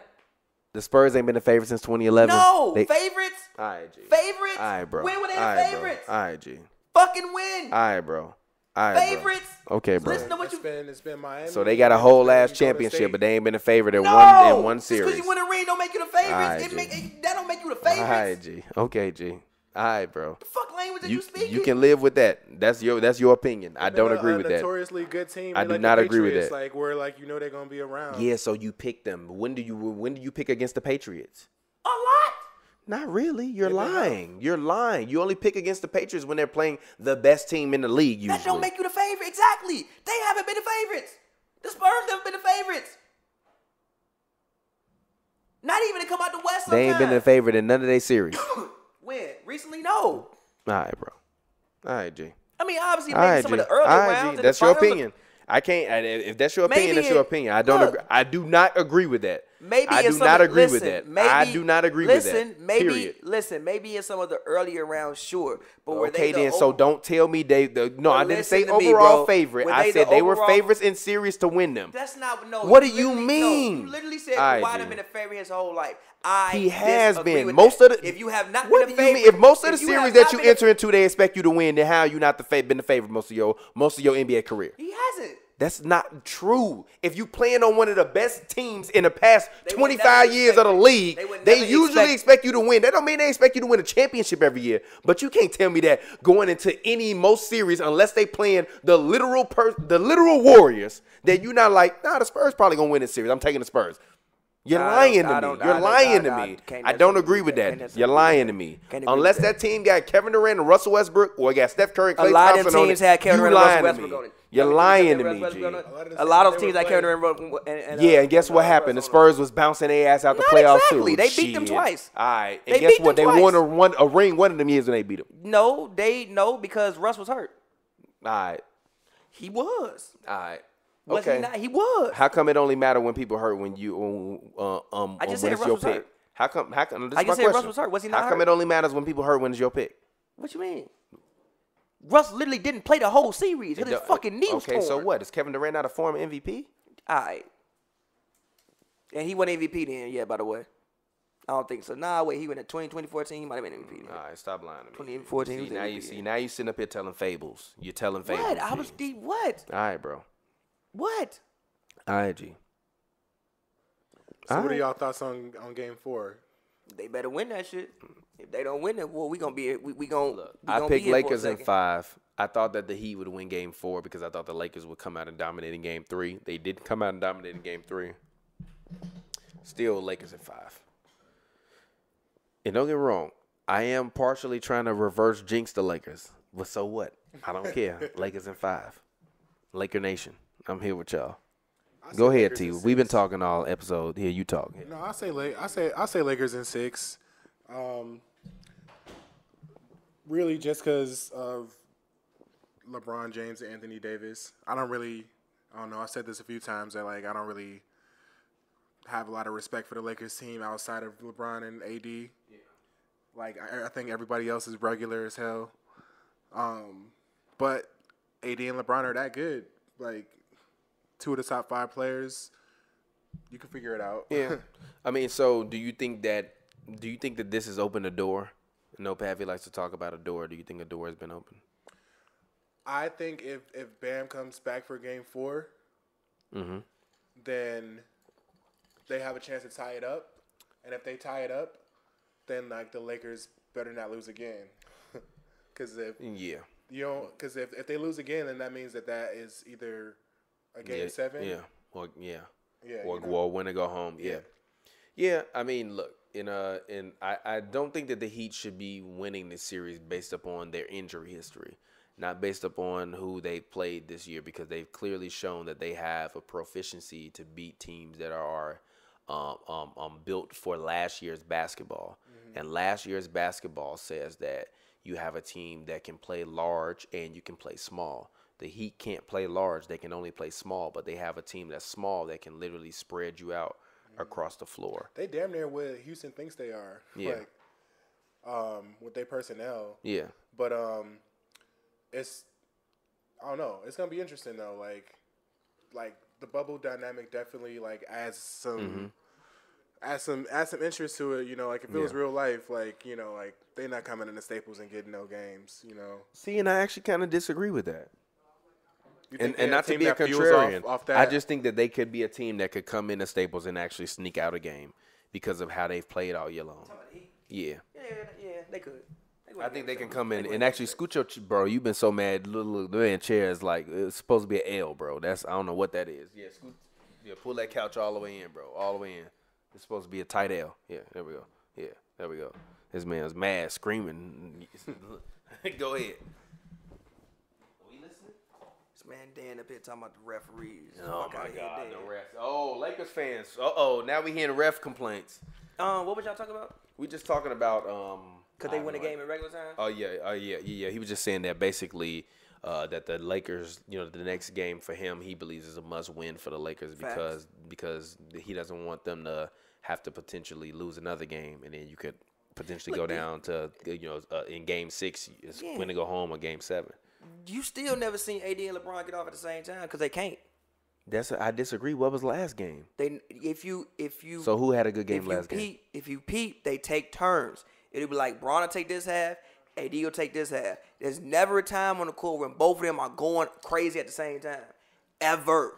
S1: The Spurs ain't been a favorite since 2011.
S3: No
S1: They-
S3: favorites.
S1: All right, G.
S3: Favorites.
S1: All right, bro.
S3: When were they the
S1: All right, bro.
S3: favorites?
S1: All right, G.
S3: Fucking win.
S1: All right, bro. All right,
S3: Favorites?
S1: Bro. Okay, bro.
S3: Listen to what
S2: It's
S3: you.
S2: been it's been Miami.
S1: So they got a
S2: and
S1: whole
S2: then
S1: ass
S2: Golden
S1: championship,
S2: State.
S1: but they ain't been a favorite in
S3: No,
S1: one in one series.
S3: Because you win a ring, don't make you the favorites.
S1: Alright,
S3: it
S1: G.
S3: make, it- that don't make you the
S1: All
S3: favorites.
S1: right, G. Okay, G. All right, bro.
S3: The fuck language that you,
S1: You
S3: speaking?
S1: you can live with that. That's your that's your opinion. I don't
S2: They're a-
S1: agree
S2: a
S1: with that.
S2: Notoriously good team.
S1: I
S2: They're
S1: do
S2: like the
S1: not agree with
S2: Patriots,
S1: that.
S2: Like where like you know they're gonna be around.
S1: Yeah, so you pick them. When do you when do you pick against the Patriots?
S3: a lot.
S1: Not really. You're
S2: they have.
S1: lying. You're lying. You only pick against the Patriots when they're playing the best team in the league. Usually,
S3: That don't make you the favorite. Exactly. They haven't been the favorites. The Spurs haven't been the favorites. Not even to come out the West.
S1: they ain't been the
S3: sometimes.
S1: favorite in none of their series. All
S3: When recently, no.
S1: right, bro. All right, G.
S3: I mean, obviously,
S1: All
S3: maybe
S1: right,
S3: some of
S1: G.
S3: the early
S1: All right,
S3: rounds.
S1: G.
S3: and the
S1: That's your
S3: finals,
S1: opinion. I can't. I, if that's your opinion,
S3: Maybe
S1: that's your
S3: in-
S1: opinion. I don't.
S3: look.
S1: agree, I do not agree with that.
S3: Maybe
S1: I
S3: in
S1: do
S3: some
S1: not
S3: of-
S1: agree with
S3: listen,
S1: that.
S3: Maybe,
S1: I do not agree
S3: listen,
S1: with that.
S3: Maybe
S1: period.
S3: listen, maybe in some of the earlier rounds, sure. But were
S1: Okay,
S3: they the
S1: then. so
S3: over-
S1: don't tell me they. The, no, I
S3: Well,
S1: didn't say
S3: listen to me,
S1: overall
S3: bro.
S1: favorite.
S3: Were
S1: I
S3: they the
S1: said they were
S3: overall-
S1: favorites in series to win them.
S3: That's not no.
S1: What do you
S3: literally- no,
S1: mean?
S3: you literally said
S1: I
S3: Kawhi
S1: do.
S3: done been a favorite his whole life. I
S1: He has
S3: disagree
S1: been
S3: with
S1: most
S3: that.
S1: of the.
S3: If you have not
S1: what
S3: been a
S1: do you
S3: favorite,
S1: mean? if most of the
S3: if you
S1: series
S3: have
S1: that
S3: not
S1: you
S3: been a-
S1: enter into, they expect you to win. Then how you not the fa- been the favorite most of your most of your NBA career?
S3: he hasn't.
S1: That's not true. If you playing on one of the best teams in the past
S3: They would
S1: 25
S3: never
S1: years of the
S3: expect-
S1: league,
S3: they would
S1: they
S3: never
S1: usually expect,
S3: expect-
S1: you to win. That don't mean they expect you to win a championship every year. But you can't tell me that going into any most series unless they playing the literal per- the literal Warriors that you not like, nah, the Spurs probably gonna win this series. I'm taking the Spurs. You're
S3: I
S1: lying
S3: don't-
S1: to me.
S3: I don't- I
S1: You're
S3: don't-
S1: lying
S3: I-
S1: to
S3: I
S1: me.
S3: can't
S1: I don't
S3: necessarily
S1: agree
S3: agree
S1: with
S3: with that.
S1: that. You're
S3: Can't necessarily
S1: lying
S3: agree
S1: to
S3: with
S1: me.
S3: that. Can't agree
S1: Unless
S3: with
S1: that team got Kevin Durant and Russell Westbrook, or got Steph Curry,
S3: A
S1: Klay
S3: lot
S1: Thompson
S3: of
S1: on
S3: teams
S1: it,
S3: had Kevin
S1: you
S3: Durant and Russell
S1: lying to
S3: Westbrook on
S1: me.
S3: it.
S1: You're
S3: Kevin
S1: lying
S3: Durant
S1: to
S3: and
S1: me,
S3: Russell
S1: G.
S3: Westbrook on it.
S2: A lot of the
S3: A lot
S2: teams
S3: of
S2: they
S3: teams
S2: were
S3: like Kevin
S2: playing.
S3: Durant and, and, and
S1: Yeah, and guess what happened? The
S3: Russell on it.
S1: Spurs was bouncing their ass out the
S3: Not
S1: playoffs
S3: exactly.
S1: too.
S3: They beat them
S1: Shit.
S3: twice.
S1: All right, and
S3: They
S1: guess
S3: beat them
S1: what? They
S3: twice.
S1: won a run a ring one of them years when they beat them.
S3: No, they no because Russ was hurt.
S1: All right,
S3: He was.
S1: all right,
S3: Was
S1: okay.
S3: he not? He was.
S1: How come it only matter when people hurt when you when, uh, um
S3: I just
S1: when
S3: said
S1: it's
S3: Russ
S1: your
S3: was
S1: pick?
S3: hurt.
S1: How come? How come? This
S3: I
S1: is
S3: just
S1: my
S3: said Russ
S1: question.
S3: was hurt. Was he
S1: How
S3: not
S1: come
S3: hurt?
S1: it only matters when people hurt when it's your pick?
S3: What you mean? Russ literally didn't play the whole series. His
S1: The-
S3: fucking knee was
S1: Okay, so
S3: torn.
S1: what is Kevin Durant not a former MVP?
S3: All right. And he won MVP then, yeah, by the way. I don't think so. Nah, wait, he went in 20, 2014. He might have been MVP then.
S1: All right, stop lying to me.
S3: 2014, he
S1: See,
S3: was
S1: now you
S3: MVP.
S1: see now you sitting up here telling fables. You're telling fables.
S3: what? I
S1: G.
S3: was the what?
S1: All right, bro.
S3: What?
S1: All right, G.
S2: So what are
S1: Alright.
S2: y'all thoughts on, on game four?
S3: They better win that shit. If they don't win it, well, we gonna be we, we gonna we
S1: I
S3: gonna be
S1: picked
S3: here for a
S1: Lakers in
S3: second.
S1: five. I thought that the Heat would win game four because I thought the Lakers would come out and dominate in game three. They didn't come out and dominate in game three. Still Lakers in five. And don't get me wrong, I am partially trying to reverse jinx the Lakers. But so what? I don't care. Lakers in five. Laker Nation. I'm here with y'all. Go ahead, T. We've been talking all episode. Here you talk.
S2: No, I say La- I say I say Lakers in six. Um, really, just because of LeBron James and Anthony Davis, I don't really. I don't know. I said this a few times that like I don't really have a lot of respect for the Lakers team outside of LeBron and AD. Like I, I think everybody else is regular as hell. Um, but AD and LeBron are that good. Like two of the top five players. You can figure it out.
S1: Yeah. I mean, so do you think that do you think that this has opened a door? No, Pavi likes to talk about a door. Do you think a door has been opened?
S2: I think if if Bam comes back for Game 4
S1: Mm-hmm.
S2: then they have a chance to tie it up, and if they tie it up, then like the Lakers better not lose again, because if
S1: Yeah.
S2: you don't, because if, if they lose again, then that means that that is either a game
S1: yeah,
S2: seven.
S1: Yeah. Or yeah.
S2: Yeah,
S1: Or,
S2: you know.
S1: or when to go home. Yeah. yeah. I mean, look, in uh in I, I don't think that the Heat should be winning this series based upon their injury history. Not based upon who they played this year, because they've clearly shown that they have a proficiency to beat teams that are um, um, um, built for last year's basketball. And last year's basketball says that you have a team that can play large and you can play small. The Heat can't play large, they can only play small, but they have a team that's small that can literally spread you out across the floor.
S2: they damn near what Houston thinks they are.
S1: Yeah.
S2: Like, um, with their personnel.
S1: Yeah.
S2: But um, it's I don't know. It's gonna be interesting though. Like, like the bubble dynamic definitely like adds some
S1: Mm-hmm.
S2: adds some adds some interest to it. You know, like if it was real life, like you know, like they not coming into Staples and getting no games. You know,
S1: See, and I actually kind of disagree with that.
S2: you
S1: and,
S2: think they
S1: and
S2: a
S1: not to
S2: team
S1: be a
S2: that fuels off-
S1: contrarian,
S2: off
S1: I
S2: that?
S1: just think that they could be a team that could come into Staples and actually sneak out a game because of how they've played all year long. Yeah.
S3: Yeah, yeah, they could. They could
S1: I think they can
S3: win.
S1: come in and actually scoot your ch- bro. You've been so mad, little, little man chair is like it's supposed to be an L, bro. That's I don't know what that is. Yeah, scoot, yeah, pull that couch all the way in, bro, all the way in. It's supposed to be a tight L. Yeah, there we go. Yeah, there we go. This man's mad, screaming. go ahead.
S3: This man Dan up here talking about the referees.
S1: Oh
S3: Fuck
S1: my
S3: outta here,
S1: God,
S3: Dan.
S1: no refs. Oh, Lakers fans. Uh oh, now we hearing ref complaints.
S3: Um, what was y'all talking about?
S1: We just talking about um.
S3: Could
S1: I
S3: they
S1: have
S3: win a
S1: no idea.
S3: game in regular time?
S1: Oh yeah, oh yeah, yeah, yeah. He was just saying that basically uh, that the Lakers, you know, the next game for him, he believes is a must win for the Lakers because because he doesn't want them to have to potentially lose another game, and then you could potentially
S3: Look,
S1: go
S3: the-
S1: down to you know uh, in game six, it's
S3: Yeah.
S1: when to go home or game seven.
S3: You still never seen AD and LeBron get off at the same time because they can't.
S1: That's I disagree. What was last game?
S3: They if you if you
S1: So who had a good game
S3: if
S1: last
S3: you
S1: game?
S3: peep, If you peep, they take turns. It'll be like Bron will take this half, AD will take this half. There's never a time on the court when both of them are going crazy at the same time, ever.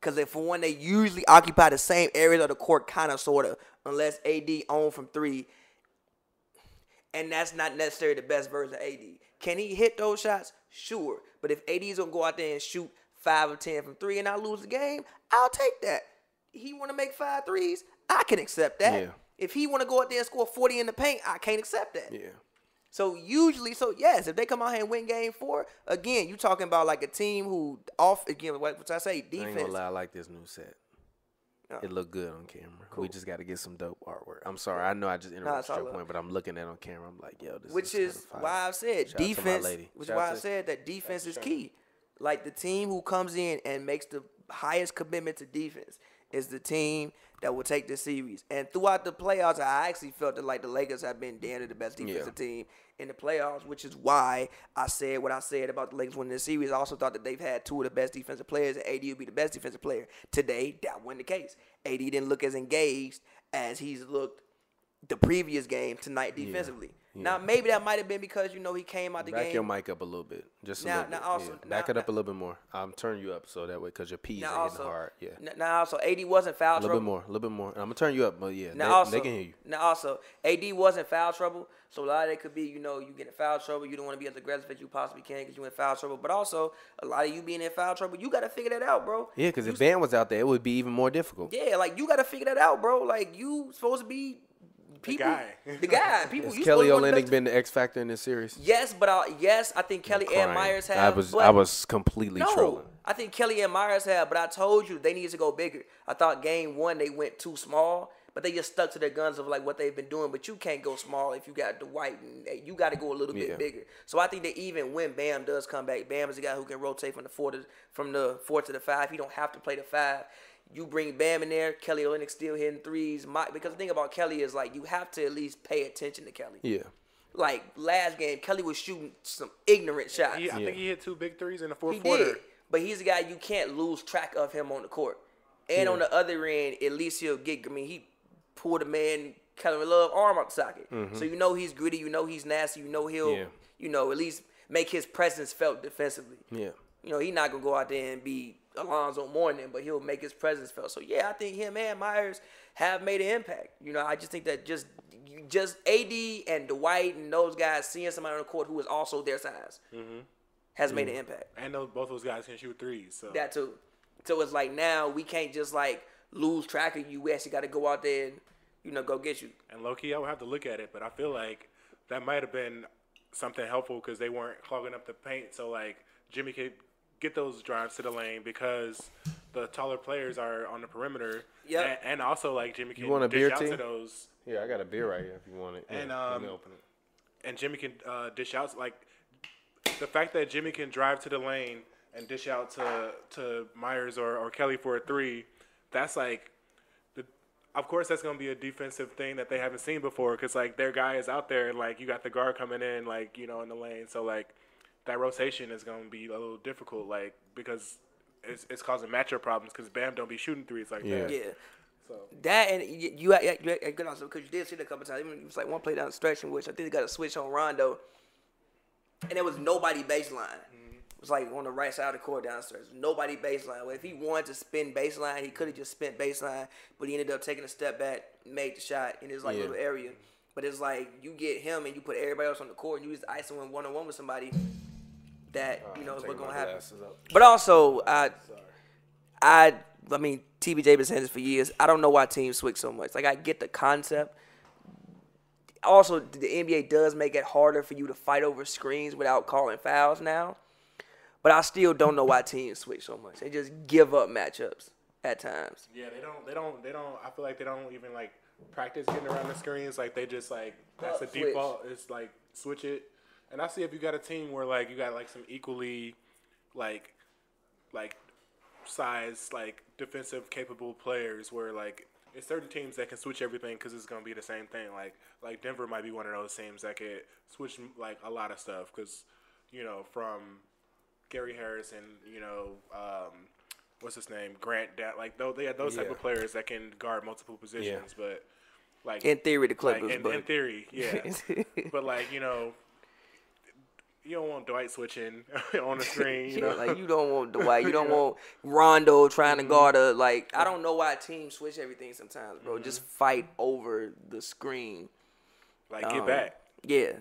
S3: Because for one, they usually occupy the same areas of the court, kind of, sort of, unless AD on from three, and that's not necessarily the best version of AD. Can he hit those shots? Sure, but if AD is gonna go out there and shoot five of ten from three and I lose the game, I'll take that. He want to make five threes, I can accept that.
S1: Yeah.
S3: If he want to go out there and score forty in the paint, I can't accept that.
S1: Yeah,
S3: So usually, so yes, if they come out here and win game four, again, you talking about like a team who off again. What, what I say,
S1: I ain't gonna
S3: defense.
S1: lie. I like this new set.
S3: Uh,
S1: It looked good on camera. We just got to get some dope artwork. I'm sorry. I know I just
S3: it's
S1: interrupted
S3: all
S1: your
S3: love.
S1: point, but I'm looking at it on camera. I'm like, yo, this
S3: which
S1: is
S3: is
S1: kinda
S3: why
S1: fire.
S3: I've said
S1: Shout out to my
S3: defense.
S1: lady.
S3: Which is
S1: Shout
S3: why
S1: out
S3: I
S1: to-
S3: said that defense is key. Like the team who comes in and makes the highest commitment to defense is the team that will take the series. And throughout the playoffs, I actually felt that like the Lakers have been damn near the best defensive team in the playoffs, which is why I said what I said about the Lakers winning the series. I also thought that they've had two of the best defensive players, and AD would be the best defensive player today. That wasn't the case. AD didn't look as engaged as he's looked the previous game tonight defensively. Now maybe that might have been because you know he came out the
S1: Back
S3: game.
S1: your mic up a little bit, just a
S3: Now-
S1: little
S3: now
S1: bit.
S3: also-
S1: yeah. back
S3: now-
S1: it up a little bit more. I'm turning you up so that way, cause your P's
S3: now
S1: are
S3: also,
S1: hitting hard. Yeah,
S3: n- now also AD wasn't foul
S1: a little bit
S3: trouble.
S1: more, a little bit more. I'm gonna turn you up, but yeah,
S3: Now
S1: they,
S3: also,
S1: they can hear you.
S3: now also AD wasn't foul trouble, so a lot of that could be you know you getting foul trouble. You don't want to be as aggressive as you possibly can because you in foul trouble. But also a lot of you being in foul trouble, you got to figure that out, bro.
S1: Yeah, cause if Van was out there, it would be even more difficult.
S3: Yeah, like you got to figure that out, bro. Like you supposed to be people,
S2: guy.
S3: the guy, people.
S1: Has Kelly
S3: you supposed to be one of the
S1: Olynyk
S3: best-
S1: been the X factor in this series?
S3: Yes, but I, yes, I think Kelly and
S1: Crying.
S3: Myers have.
S1: I was
S3: but-
S1: I was completely
S3: No,
S1: trolling.
S3: I think Kelly and Myers have, but I told you they needed to go bigger. I thought game one they went too small, but they just stuck to their guns of like what they've been doing. But you can't go small if you got Dwight. And eh, you got to go a little
S1: Yeah.
S3: bit bigger. So I think that even when Bam does come back, Bam is a guy who can rotate from the four to from the four to the five. He don't have to play the five. You bring Bam in there, Kelly Olynyk still hitting threes. My, because the thing about Kelly is like you have to at least pay attention to Kelly.
S1: Yeah,
S3: Like last game, Kelly was shooting some ignorant shots.
S2: He, I think he hit two big threes in the fourth
S3: He
S2: quarter.
S3: did, but he's a guy you can't lose track of him on the court. And on the other end, at least he'll get. I mean, he pulled a man Kevin Love arm out the socket, so you know he's gritty. You know he's nasty. You know he'll,
S1: Mm-hmm. Yeah.
S3: you know, at least make his presence felt defensively.
S1: yeah.
S3: You know, he's not gonna go out there and be Alonzo Mourning, but he'll make his presence felt. So yeah, I think him and Myers have made an impact. You know, I just think that just you- just AD and Dwight and those guys seeing somebody on the court who is also their size
S1: Mm-hmm.
S3: has made an impact.
S2: And those, both those guys can shoot threes. So
S3: That too. So it's like now we can't just like lose track of you. We actually got to go out there and you know go get you.
S2: and low key, I would have to look at it, but I feel like that might have been something helpful because they weren't clogging up the paint. So like Jimmy could get those drives to the lane because the taller players are on the perimeter.
S3: Yep.
S2: And, and also like Jimmy can
S1: want a
S2: dish
S1: beer
S2: out
S1: tea?
S2: to those
S1: Yeah, I got a beer right here if you want it.
S2: And, um, and Jimmy can uh, dish out like the fact that Jimmy can drive to the lane and dish out to to Myers or, or Kelly for a three. That's like, the, of course, that's gonna be a defensive thing that they haven't seen before because like their guy is out there and like you got the guard coming in like you know in the lane, so like that rotation is gonna be a little difficult like because. It's, it's causing matchup problems because Bam don't be shooting threes like that.
S3: Yeah. That and you, you, you, you, you good also because you did see it a couple times. Even it was like one play down the stretch in which I think they got a switch on Rondo, and there was nobody baseline. It was like on the right side of the court downstairs. Nobody baseline. Well, if he wanted to spin baseline, he could have just spent baseline, but he ended up taking a step back, made the shot in his like
S1: Yeah.
S3: little area. But it's like you get him and you put everybody else on the court and you just iso in one on one with somebody that you know is what's gonna happen. But also, I, I, I mean, TBJ been saying this for years. I don't know why teams switch so much. Like, I get the concept. Also, the NBA does make it harder for you to fight over screens without calling fouls now. But I still don't know why teams switch so much. They just give up matchups at times.
S2: Yeah, they don't. They don't. They don't. I feel like they don't even like practice getting around the screens. Like they just like that's
S3: Up
S2: the
S3: switch.
S2: default. It's like switch it, And I see if you got a team where like you got like some equally, like, like, size like defensive capable players where like it's certain teams that can switch everything because it's gonna be the same thing. Like like Denver might be one of those teams that could switch like a lot of stuff because you know from Gary Harris and you know um, what's his name Grant that like though they have those type
S1: Yeah.
S2: of players that can guard multiple positions, but like
S3: In theory, the
S2: like,
S3: Clippers,
S2: in,
S3: but
S2: in theory, yeah. but like you know, you don't want Dwight switching on the screen. You
S3: Yeah,
S2: know, Mm-hmm.
S3: like you don't want Dwight, you don't want Rondo trying to guard a like. I don't know why teams switch everything sometimes, bro. Just
S2: Mm-hmm.
S3: fight over the screen. Um,
S2: like get back.
S3: Yeah.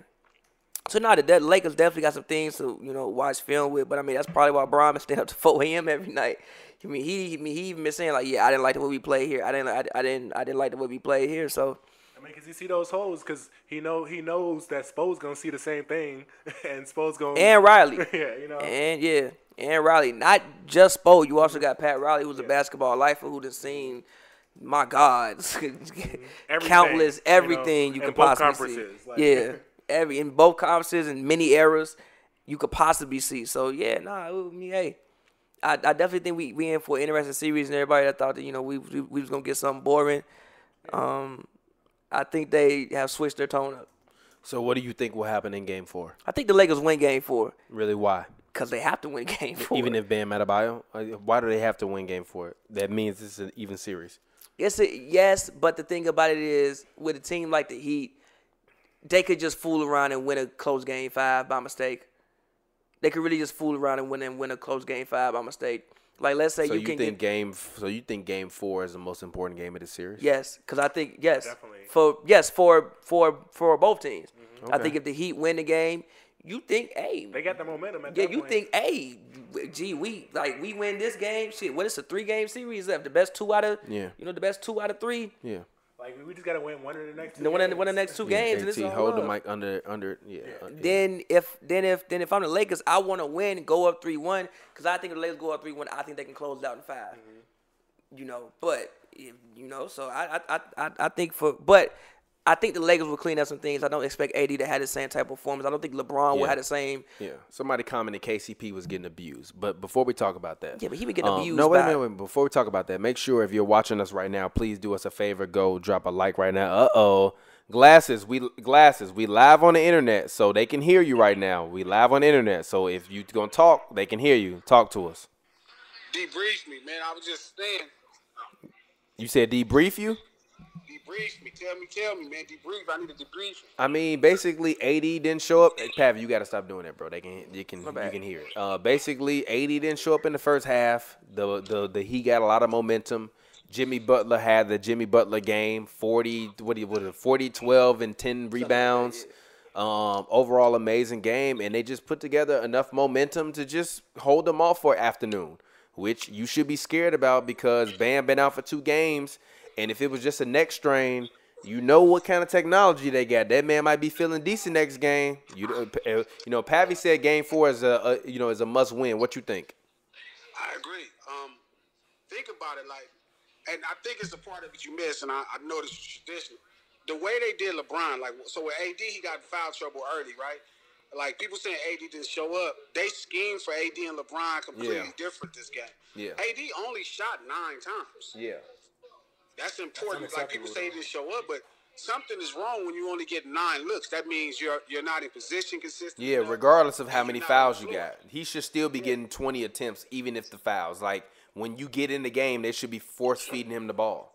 S3: So now the De- Lakers definitely got some things to you know watch film with, but I mean that's probably why Bron been staying up to 4 a.m. every night. I mean he, I mean, he even been saying like, yeah, I didn't like the way we played here. I didn't, I, I didn't, I didn't like the way we played here. So
S2: I mean, cause he see those holes, cause he know he knows that Spo's gonna see the same thing, and Spo's gonna
S3: and Riley,
S2: yeah, you know,
S3: and yeah, and Riley, not just Spo. You also got Pat Riley, who's a basketball lifer who done seen, my God, countless
S2: Mm-hmm. you know,
S3: everything you,
S2: in
S3: could
S2: both
S3: possibly see.
S2: conferences, like-
S3: yeah, every in both conferences and many eras you could possibly see. So yeah, nah, it was- I mean, hey. I, I definitely think we, we in for an interesting series and everybody that thought that you know we, we we was gonna get something boring, um, I think they have switched their tone up.
S1: So what do you think will happen in game four?
S3: I think the Lakers win Game Four
S1: Really, why?
S3: because they have to win Game Four.
S1: Even if Bam Adebayo, like, why do they have to win game four? That means it's an even series.
S3: Yes, it, yes, but the thing about it is, with a team like the Heat, they could just fool around and win a close game five by mistake. They could really just fool around and win and win a close game five by mistake. Like let's say
S1: So
S3: you,
S1: you,
S3: can
S1: think
S3: get
S1: game? f- So you think game four is the most important game of the series?
S3: yes, because I think yes,
S2: Definitely. Mm-hmm.
S3: for yes for for for both teams. I think if the Heat win the game, you think hey
S2: they got the momentum. At
S3: Yeah,
S2: that
S3: you
S2: point.
S3: think, hey, gee, we like we win this game, shit. What is a three game series left? The best two out of
S1: Yeah.
S3: you know, the best two out of three.
S1: Yeah.
S2: like we just gotta win one of the next.
S3: The one in the, one of the next two games, and
S1: JT,
S3: this is all
S1: hold the
S3: love.
S1: mic under under. Yeah. uh, yeah.
S3: Then if then if then if I'm the Lakers, I want to win, go up three one, because I think if the Lakers go up three one, I think they can close it out in 5 You know, but if- you know, so I I, I I I think for but. I think the Lakers will clean up some things. I don't expect AD to have the same type of performance. I don't think LeBron will
S1: Yeah.
S3: have the same.
S1: Yeah, somebody commented KCP was getting abused. But before we talk about that, um,
S3: Yeah, but he been getting abused
S1: No, wait, a
S3: by-
S1: minute, wait, a minute. Before we talk about that, make sure if you're watching us right now, please do us a favor. Go drop a like right now. Uh oh, glasses. We glasses. We live on the internet, so they can hear you right now. We live on the internet, so if you gonna talk, they can hear you. Talk to us.
S5: debrief me, man. I was just saying,
S1: You said debrief you.
S5: debrief me. Tell me, tell me, man. Debrief. I need a debrief.
S1: I mean, basically, AD didn't show up. Hey, Pav, you got to stop doing that, bro. They can, you can, you
S3: bad.
S1: can hear it. Uh, basically, AD didn't show up in the first half. The, the, the he got a lot of momentum. Jimmy Butler had the Jimmy Butler game, forty, what do you, what, is it, 40, 12, and ten rebounds. Um, overall, amazing game, and they just put together enough momentum to just hold them off for afternoon, which you should be scared about because Bam been out for two games, and if it was just a neck strain, you know what kind of technology they got. That man might be feeling decent next game. You know, P- uh, you know, Pavi said game four is a, a you know is a must win. What you think?
S5: I agree. Um, think about it, like, and I think it's the part of it you miss, and I, I noticed it's traditional. The way they did LeBron, like, so with AD, he got in foul trouble early, right? Like people saying AD didn't show up. They schemed for AD and LeBron completely
S1: Yeah.
S5: different this game.
S1: Yeah.
S5: AD only shot nine times.
S1: Yeah,
S5: That's important. like
S2: unacceptable,
S5: people say,
S2: though.
S5: he didn't show up, but something is wrong when you only get nine looks. That means you're you're not in position consistently.
S1: yeah.
S5: enough,
S1: Regardless of how
S5: and
S1: many
S5: you're not
S1: fouls you got,
S5: fluid.
S1: he should still be getting twenty attempts, even if the fouls. Like when you get in the game, they should be force feeding him the ball.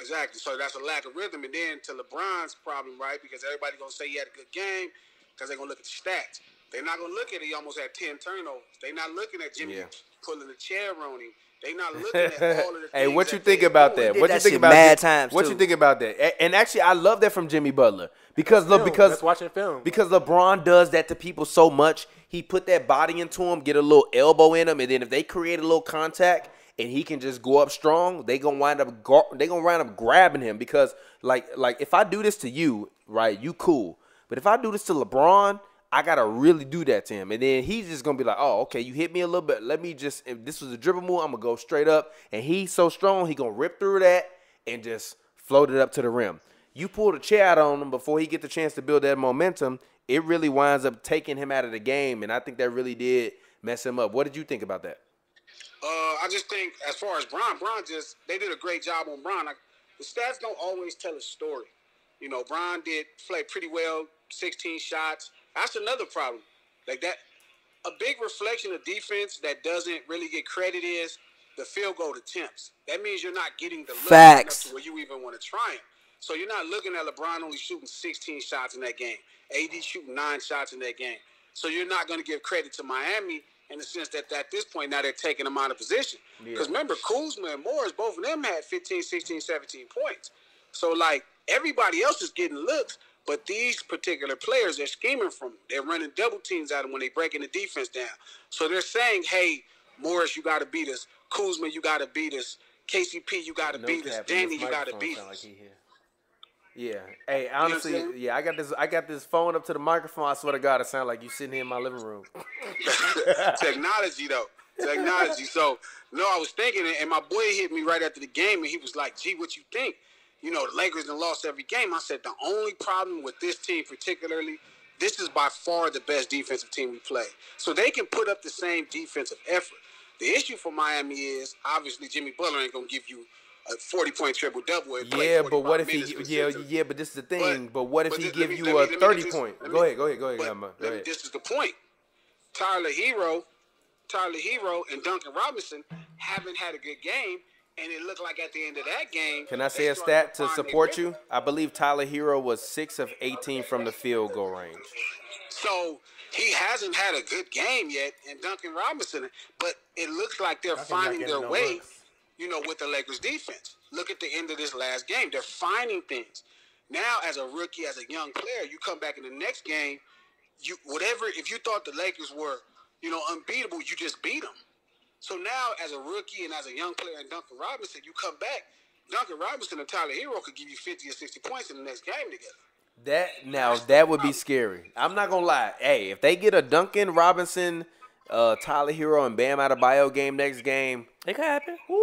S5: Exactly. So that's a lack of rhythm, and then to LeBron's problem, right? Because everybody gonna say he had a good game because they're gonna look at the stats. They're not gonna look at he almost had ten turnovers. They're not looking at Jimmy
S1: Yeah.
S5: pulling the chair on him. They're not looking at all of the
S1: hey,
S5: things
S1: what you
S5: that
S1: think
S5: they
S1: about
S5: doing.
S1: that?
S3: did
S1: What
S3: that
S1: you
S3: shit
S1: think about that?
S3: mad times,
S1: What
S3: too.
S1: you think about that? A- And actually, I love that from Jimmy Butler because look,
S2: Film.
S1: because
S2: That's watching film.
S1: because LeBron does that to people so much. He put that body into him, get a little elbow in him, and then if they create a little contact and he can just go up strong, they gonna wind up gar- they gonna wind up grabbing him because like like if I do this to you, right, you cool, but if I do this to LeBron. I gotta really do that to him, and then he's just gonna be like, "Oh, okay, you hit me a little bit. Let me just. If this was a dribble move, I'm gonna go straight up." And he's so strong, he gonna rip through that and just floated up to the rim. You pull the chair out on him before he get the chance to build that momentum. it really winds up taking him out of the game, and I think that really did mess him up. What did you think about that?
S5: Uh, I just think as far as Bron, Bron just they did a great job on Bron. Like, the stats don't always tell a story. You know, Bron did play pretty well, 16 shots. That's another problem. Like that, a big reflection of defense that doesn't really get credit is the field goal attempts. That means you're not getting the looks
S3: Facts.
S5: enough to where you even want to try it. So you're not looking at LeBron only shooting 16 shots in that game, AD shooting nine shots in that game. So you're not going to give credit to Miami in the sense that at this point now they're taking them out of position. Because remember, Kuzma and Morris, both of them had 15, 16, 17 points. So like everybody else is getting looks, but these particular players they're scheming from. 'em. They're running double teams at them when they breaking the defense down. So they're saying, "Hey, Morris, you got to beat us. Kuzma, you got to beat us. KCP, you got to beat us. Danny, you got to beat us."
S1: Yeah. Hey, honestly,
S5: saying?
S1: yeah, I got this. I got this phone up to the microphone. I swear to God, it sound like you sitting here in my living room.
S5: technology though. Technology. So no, I was thinking, and my boy hit me right after the game, and he was like, "Gee, what you think? You know, the Lakers done lost every game." I said, "The only problem with this team, particularly, this is by far the best defensive team we play. So they can put up the same defensive effort. The issue for Miami is obviously Jimmy Butler ain't gonna give you a forty-point triple-double. and play
S1: Yeah, but
S5: 45
S1: what if he?
S5: minutes for
S1: Yeah,
S5: season.
S1: yeah, but this is the thing. But,
S5: But-
S1: what if
S5: but
S1: he
S5: thi- let
S1: give
S5: me-
S1: you
S5: let me-
S1: a
S5: let me get
S1: thirty
S5: this-
S1: point?
S5: let
S1: go
S5: me-
S1: ahead, go ahead, go ahead,
S5: but
S1: Grandma. Go
S5: let me-
S1: ahead.
S5: This is the point. Tyler Hero, Tyler Hero, and Duncan Robinson haven't had a good game, and it looked like at the end of that game.
S1: Can I
S5: they
S1: say a
S5: started
S1: stat to
S5: find their
S1: support
S5: rhythm.
S1: you? I believe Tyler Hero was six of eighteen from the field goal range.
S5: So he hasn't had a good game yet, and Duncan Robinson, but it looks like they're
S2: Duncan's not
S5: finding
S2: getting
S5: their
S2: no
S5: way.
S2: looks.
S5: You know, with the Lakers defense. Look at the end of this last game; they're finding things. Now, as a rookie, as a young player, you come back in the next game. You whatever if you thought the Lakers were, you know, unbeatable, you just beat them. So now, as a rookie and as a young player, and Duncan Robinson, you come back. Duncan Robinson and Tyler Hero could give you fifty or sixty points in the next game together.
S1: That now that would be scary. I'm not gonna lie. Hey, if they get a Duncan Robinson, uh, Tyler Hero, and Bam out of bio game next game,
S3: It could happen.
S1: woo,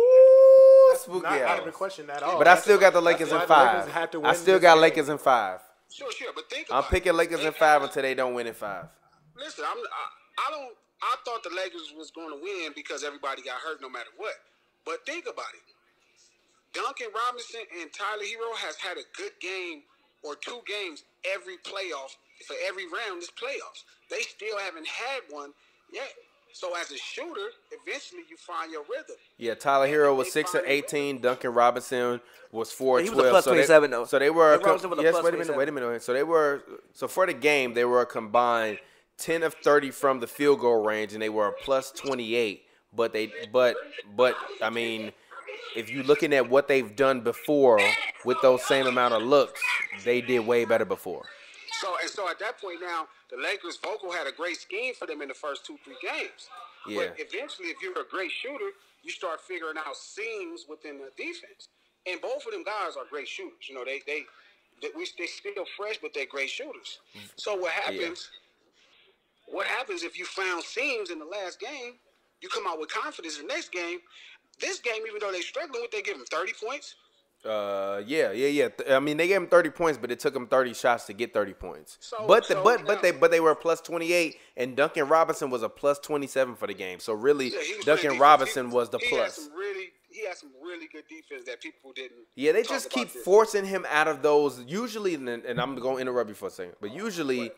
S1: spooky
S2: Not out of the
S1: hours.
S2: question at all.
S1: But I
S2: That's
S1: still got the
S2: why-
S1: Lakers in
S2: that's why the Lakers
S1: five.
S2: had to
S1: I
S2: win
S1: still
S2: this
S1: got
S2: game.
S1: Lakers in five.
S5: Sure, sure, but think
S1: I'm
S5: about
S1: picking
S5: it.
S1: Lakers in
S5: Think
S1: five
S5: about it.
S1: until they don't win in five.
S5: Listen, I'm, I, I don't. I thought the Lakers was going to win because everybody got hurt, no matter what. But think about it. Duncan Robinson and Tyler Hero has had a good game or two games every playoff for every round this playoffs. They still haven't had one yet. So as a shooter, eventually you find your rhythm.
S1: Yeah, Tyler Hero was
S5: They
S1: six of
S5: finally-
S1: eighteen. Duncan Robinson was four of
S3: He was a
S1: twelve.
S3: plus
S1: so they-
S3: 27 though.
S1: So they were. a
S3: Duncan
S1: com-
S3: Robinson was a
S1: yes,
S3: plus
S1: wait a minute. Wait a minute. So they were. So for the game, they were a combined ten of thirty from the field goal range, and they were a plus twenty-eight. But they. But but I mean, if you're looking at what they've done before with those same amount of looks, they did way better before.
S5: So and so at that point now, the Lakers vocal had a great scheme for them in the first two three games.
S1: Yeah.
S5: But eventually, if you're a great shooter, you start figuring out seams within the defense. And both of them guys are great shooters. You know, they they they, we, they still fresh, but they're great shooters. So what happens? What happens if you found seams in the last game? You come out with confidence in the next game. This game, even though they're struggling, what they give them thirty points.
S1: Uh, yeah, yeah, yeah. Th- I mean, they gave him thirty points, but it took him thirty shots to get thirty points.
S5: So-
S1: but the,
S5: so
S1: but but
S5: now-
S1: they but they were a plus twenty eight, and Duncan Robinson was a plus twenty seven for the game. So really,
S5: Yeah, he was playing
S1: Duncan
S5: defense.
S1: Robinson
S5: He-
S1: was the
S5: he Had
S1: plus.
S5: some really, he had some really good defense that people didn't.
S1: Yeah, they
S5: talk
S1: just
S5: about
S1: keep
S5: this.
S1: forcing him out of those. Usually, and, and I'm gonna interrupt you for a second, but usually,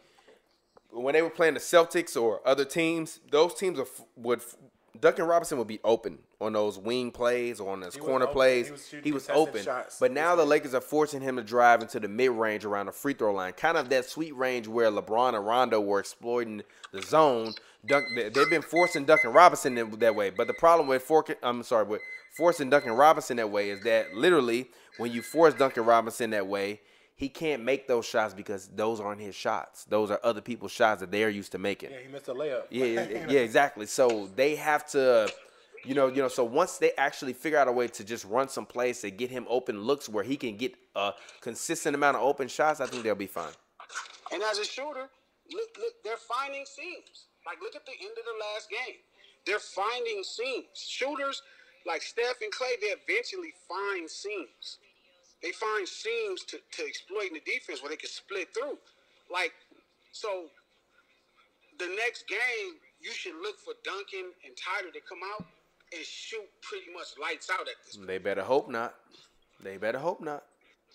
S1: when they were playing the Celtics or other teams, those teams are, f- would f- Duncan Robinson would be open on those wing plays or on those
S2: was
S1: corner
S2: open.
S1: plays.
S2: He was shooting
S1: He was
S2: contested
S1: open,
S2: shots.
S1: but now the Lakers are forcing him to drive into the mid range around the free throw line, kind of that sweet range where LeBron and Rondo were exploiting the zone. Dunk, they- they've been forcing Duncan Robinson in- that way, but the problem with fork, I'm sorry, with forcing Duncan Robinson that way is that literally when you force Duncan Robinson that way, he can't make those shots because those aren't his shots. Those are other people's shots that they're used to making.
S2: Yeah, he missed a layup.
S1: Yeah, yeah, yeah, exactly. So they have to, you know, you know. So once they actually figure out a way to just run some plays to get him open looks where he can get a consistent amount of open shots, I think they'll be fine.
S5: And as a shooter, look, look, they're finding seams. Like, look at the end of the last game. They're finding seams. Shooters like Steph and Clay, they eventually find seams. They find seams to, to exploit in the defense where they can split through. Like, So the next game, you should look for Duncan and Tyler to come out and shoot pretty much lights out at this. point.
S1: They better hope not. They better hope not.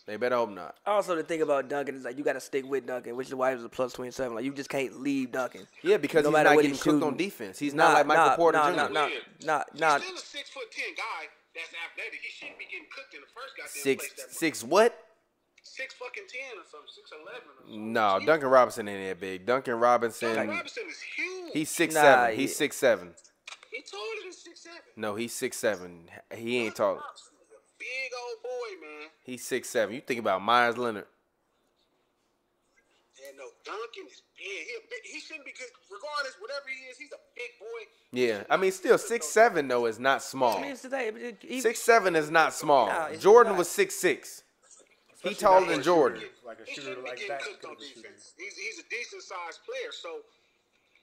S1: They better hope not.
S3: Also, the thing about Duncan is like you got to stick with Duncan, which is why he was a plus twenty seven. Like you just can't leave Duncan.
S1: Yeah, because
S3: No
S1: he's
S3: matter
S1: not
S3: what
S1: getting
S3: he's
S1: cooked on
S3: shooting.
S1: defense. He's not like Michael Porter
S3: nah,
S1: Jr.
S3: Nah, nah, nah, nah,
S5: He's still a six foot ten guy that's athletic. He shouldn't be getting cooked in the first goddamn
S1: Six
S5: place. That much.
S1: six what?
S5: six fucking ten or something, six eleven. Or something.
S1: No, Duncan Robinson ain't that big. Duncan
S5: Duncan
S1: Robinson,
S5: Robinson is huge.
S1: he's six
S3: Nah,
S1: seven. He's
S3: yeah.
S1: six seven.
S5: he taller than six seven.
S1: No, he's six seven. He ain't tall.
S5: Robinson is a big old boy, man.
S1: He's six seven. You think about Myers Leonard?
S5: And no, Duncan is big. He, a big. he shouldn't be good, regardless. Whatever he is, he's a big boy.
S1: Yeah, I mean, still six seven though is not small.
S3: I mean, it's today. but it- he-
S1: Six seven is not small.
S3: Nah, it's
S1: Jordan
S3: not.
S1: was six six. He
S2: Especially
S1: taller than
S2: not a shooter.
S1: Jordan.
S2: Like a
S5: he
S2: shooter
S5: shouldn't be
S2: like
S5: getting
S2: that
S5: cooked
S2: could
S5: on
S2: be shooting.
S5: defense. He's, he's a decent sized player. So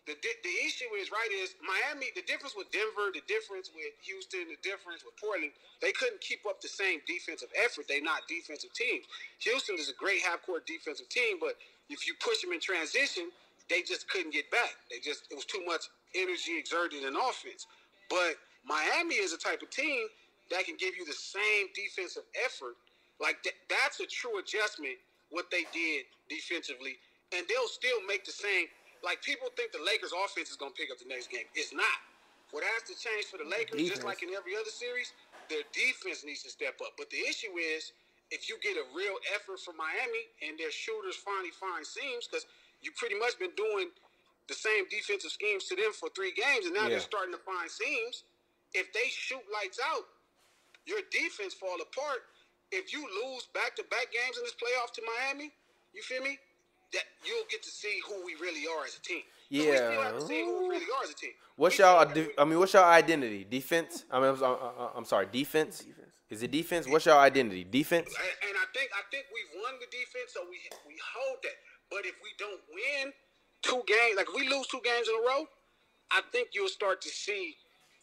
S5: the di- the issue is right is Miami. The difference with Denver, the difference with Houston, the difference with Portland, they couldn't keep up the same defensive effort. They're not defensive teams. Houston is a great half court defensive team, but if you push them in transition, they just couldn't get back. They just it was too much energy exerted in offense. But Miami is a type of team that can give you the same defensive effort. Like that, that's a true adjustment what they did defensively, and they'll still make the same. Like people think the Lakers' offense is going to pick up the next game. It's not. What has to change for the Lakers, just
S3: Defense.
S5: like in every other series, their defense needs to step up. But the issue is, if you get a real effort from Miami and their shooters finally find seams, because you pretty much been doing the same defensive schemes to them for three games, and now
S1: Yeah.
S5: they're starting to find seams. If they shoot lights out, your defense fall apart. If you lose back to back games in this playoff to Miami, you feel me? That you'll get to see who we really are as a team. 'Cause We still have to see who we really are as a team.
S1: What's
S5: We still
S1: y'all?
S5: have
S1: ide-
S5: to-
S1: I mean, what's y'all identity? Defense. I mean, I'm, I'm, I'm sorry. Defense? Is it defense? What's y'all identity? Defense.
S5: And- and I think I think we've won the defense, so we we hold that. But if we don't win two games, like if we lose two games in a row, I think you'll start to see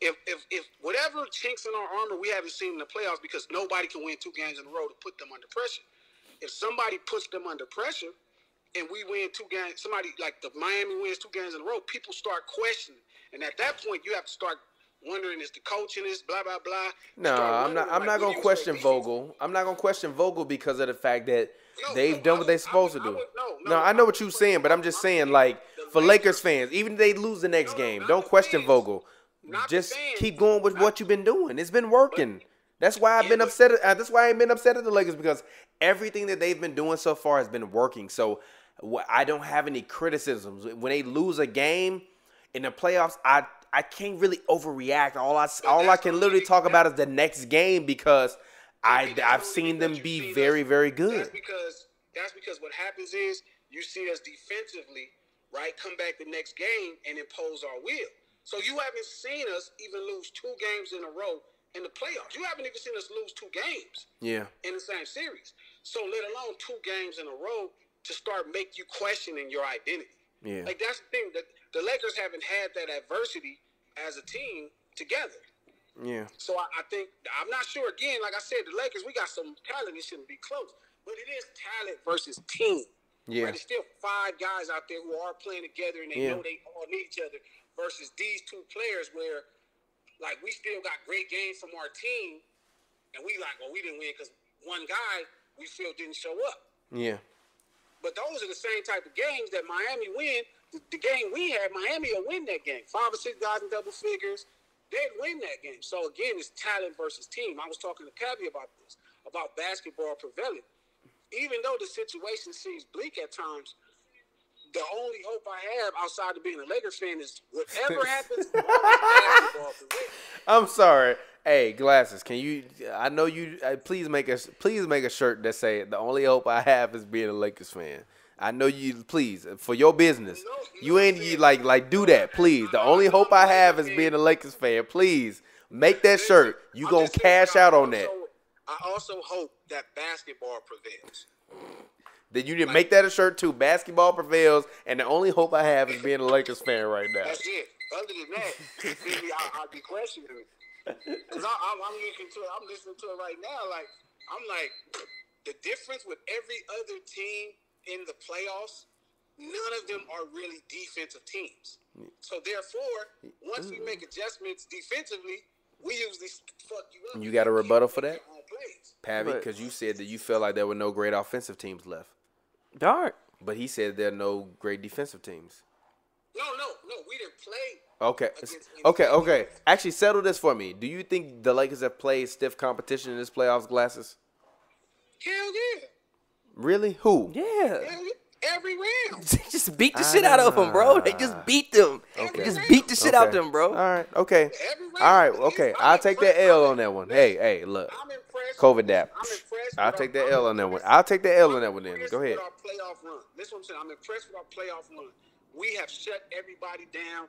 S5: if if if whatever chinks in our armor we haven't seen in the playoffs because nobody can win two games in a row to put them under pressure. If somebody puts them under pressure and we win two games, somebody like the Miami wins two games in a row, people start questioning. And at that point, you have to start wondering is the coaching is blah blah blah.
S1: No,
S5: Start
S1: I'm not.
S5: wondering,
S1: I'm
S5: like,
S1: not
S5: what
S1: gonna
S5: is
S1: question
S5: their defense?
S1: Vogel. I'm not gonna question Vogel because of the fact that
S5: No,
S1: they've
S5: no,
S1: done
S5: I
S1: what they're
S5: would- I
S1: supposed
S5: would-
S1: to
S5: I
S1: do.
S5: would- no, no,
S1: no, I know
S5: I
S1: what you're
S5: would-
S1: saying, but I'm just
S5: I'm
S1: saying,
S5: saying
S1: like,
S5: the
S1: for Lakers
S5: Lakers-
S1: fans, even if they lose the next
S5: No,
S1: game,
S5: not
S1: don't
S5: the
S1: question
S5: fans.
S1: Vogel.
S5: Not the
S1: Just
S5: fans.
S1: keep going with what you've been doing. It's been working. That's why I've
S5: Yeah,
S1: been
S5: but-
S1: upset. At, uh, that's why I ain't been upset at the Lakers because everything that they've been doing so far has been working. So wh- I don't have any criticisms when they lose a game in the playoffs. I I can't really overreact. All I s- all I
S5: that's
S1: can
S5: what
S1: literally
S5: we-
S1: talk about is the next game because I
S5: Maybe that's
S1: I've
S5: only
S1: seen them
S5: because you
S1: be
S5: seen
S1: very
S5: us-
S1: very good.
S5: That's because that's because what happens is you see us defensively, right? Come back the next game and impose our will. So you haven't seen us even lose two games in a row in the playoffs. You haven't even seen us lose two games
S1: Yeah.
S5: in the same series. So let alone two games in a row to start make you questioning your identity.
S1: Yeah.
S5: Like that's the thing that the Lakers haven't had that adversity as a team together.
S1: Yeah.
S5: So I, I think I'm not sure. Again, like I said, the Lakers we got some talent. It shouldn't be close, but it is talent versus team.
S1: Yeah.
S5: right? it's still five guys out there who are playing together and they
S1: Yeah.
S5: know they all need each other. Versus these two players, where like we still got great games from our team, and we like, well, we didn't win because one guy we feel didn't show up.
S1: Yeah.
S5: But those are the same type of games that Miami win. The, the game we had, Miami will win that game. Five or six guys in double figures, they'd win that game. So again, it's talent versus team. I was talking to Cabby about this, about basketball prevailing. Even though the situation seems bleak at times, the only hope I have outside of being a Lakers fan is whatever happens, as long as basketball prevails.
S1: I'm sorry. Hey, glasses. Can you? I know you. uh, Please make a please make a shirt that say the only hope I have is being a Lakers fan. I know you. Please for your business.
S5: No,
S1: You
S5: no,
S1: ain't you
S5: man.
S1: like like do that, please. The only hope I have is being a Lakers fan. Please make that shirt. You
S5: I'm
S1: gonna
S5: just saying,
S1: cash
S5: I
S1: out on
S5: also-
S1: that.
S5: I also hope that basketball prevails.
S1: Then you didn't make that a shirt too. Basketball prevails, and the only hope I have is being a Lakers fan right now.
S5: That's it. Other than that, you feel me, I, I'd be questioning it. Cause I, I'm, I'm listening to it. I'm listening to it right now. Like I'm like the difference with every other team in the playoffs none of them are really defensive teams. So therefore, once we make adjustments defensively, we usually fuck you up.
S1: You got a rebuttal for that?
S5: On plays.
S1: Pavi,
S3: But-
S1: because you said that you felt like there were no great offensive teams left,
S3: Dark.
S1: but he said there are no great defensive teams.
S5: No, no, no. We didn't play.
S1: Okay,
S5: against any
S1: okay,
S5: team.
S1: okay. Actually, settle this for me. Do you think the Lakers have played stiff competition in this playoffs glasses?
S5: Hell yeah.
S1: Really? Who?
S3: Yeah.
S5: Hell yeah. Every round.
S3: They just beat the shit out of them, bro. They just beat them.
S5: Okay.
S3: They just beat the shit out
S1: Okay.
S3: them, bro.
S1: All right. Okay.
S5: Every round.
S1: All right.
S5: It's-
S1: Okay.
S5: I'm
S1: I'll take that
S5: impressed.
S1: L on that one. Hey, hey, look.
S5: I'm impressed.
S1: COVID dap.
S5: I'm impressed.
S1: I'll
S5: with
S1: take
S5: our-
S1: that
S5: I'm
S1: L on that one.
S5: impressed-
S1: I'll take that L on that
S5: I'm
S1: one then.
S5: impressed
S1: Go ahead.
S5: With our playoff run. This is what I'm saying. I'm impressed with our playoff run. We have shut everybody down,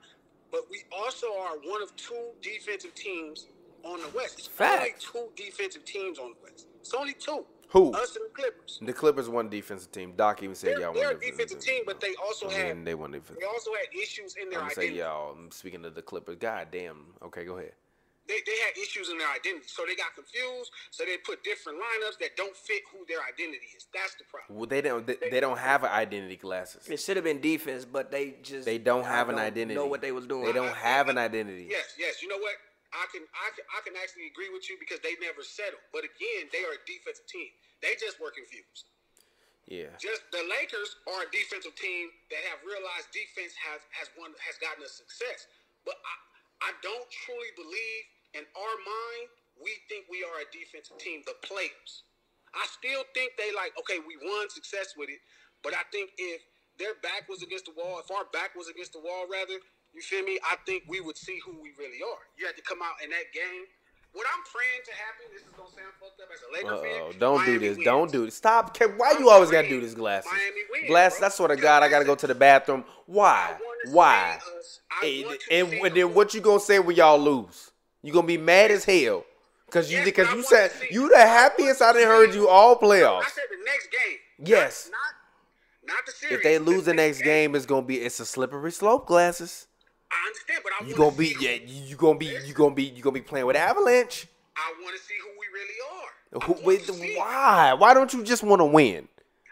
S5: but we also are one of two defensive teams on the West. It's
S3: Facts.
S5: Only two defensive teams on the West. It's only two.
S1: Who?
S5: Us and the Clippers.
S1: The Clippers won defensive team. Doc even said
S5: They're,
S1: y'all
S5: they're
S1: won
S5: a defensive team, but they also
S1: And
S5: had
S1: they won defensive.
S5: they also had issues in
S1: I'm
S5: their
S1: gonna say
S5: identity.
S1: y'all. I'm speaking of the Clippers. God damn. Okay, go ahead.
S5: they, they had issues in their identity. So they got confused. So they put different lineups that don't fit who their identity is. That's the problem.
S1: Well, they don't. They, they don't have an identity glasses.
S3: It should have been defense, but they just
S1: They don't
S3: I
S1: have an
S3: don't
S1: identity.
S3: Know what they was doing?
S1: They don't have an identity.
S5: Yes, yes. You know what? I can, I can I can actually agree with you because they never settle. But again, they are a defensive team. They just were confused.
S1: Yeah.
S5: Just the Lakers are a defensive team that have realized defense has has won has gotten us success. But I I don't truly believe in our mind we think we are a defensive team. The players, I still think they like okay we won success with it, but I think if their back was against the wall, if our back was against the wall rather, you feel me? I think we would see who we really are. You had to come out in that game. What I'm praying to happen, this is gonna sound fucked up as a Laker fan.
S1: Oh, don't do
S5: Miami
S1: this.
S5: wins.
S1: Don't do this. Stop. Kev, Why
S5: I'm
S1: you always gotta
S5: saying
S1: do this, glasses?
S5: Miami wins,
S1: Glass.
S5: bro.
S1: That's what I got. I gotta go to the bathroom. Why?
S5: I wanna
S1: Why?
S5: see us. I
S1: And,
S5: want to
S1: and,
S5: see
S1: and then
S5: us.
S1: what you gonna say when y'all lose? You gonna be mad as hell because you
S5: Yes,
S1: because
S5: but I
S1: you
S5: want
S1: said
S5: to see-
S1: you the
S5: I want
S1: happiest
S5: to
S1: I done
S5: see
S1: heard
S5: it.
S1: you all
S5: I
S1: playoffs.
S5: said the next game.
S1: Yes.
S5: Not, not, not the series.
S1: If they lose the next
S5: game,
S1: game, it's gonna be it's a slippery slope, glasses.
S5: I understand, but I
S1: You
S5: wanna
S1: gonna be
S5: see
S1: yeah.
S5: who-
S1: You gonna be you gonna be you gonna be playing with Avalanche.
S5: I want to see who we really are. I
S1: Who,
S5: want
S1: wait,
S5: to see it.
S1: why? Why don't you just want to win?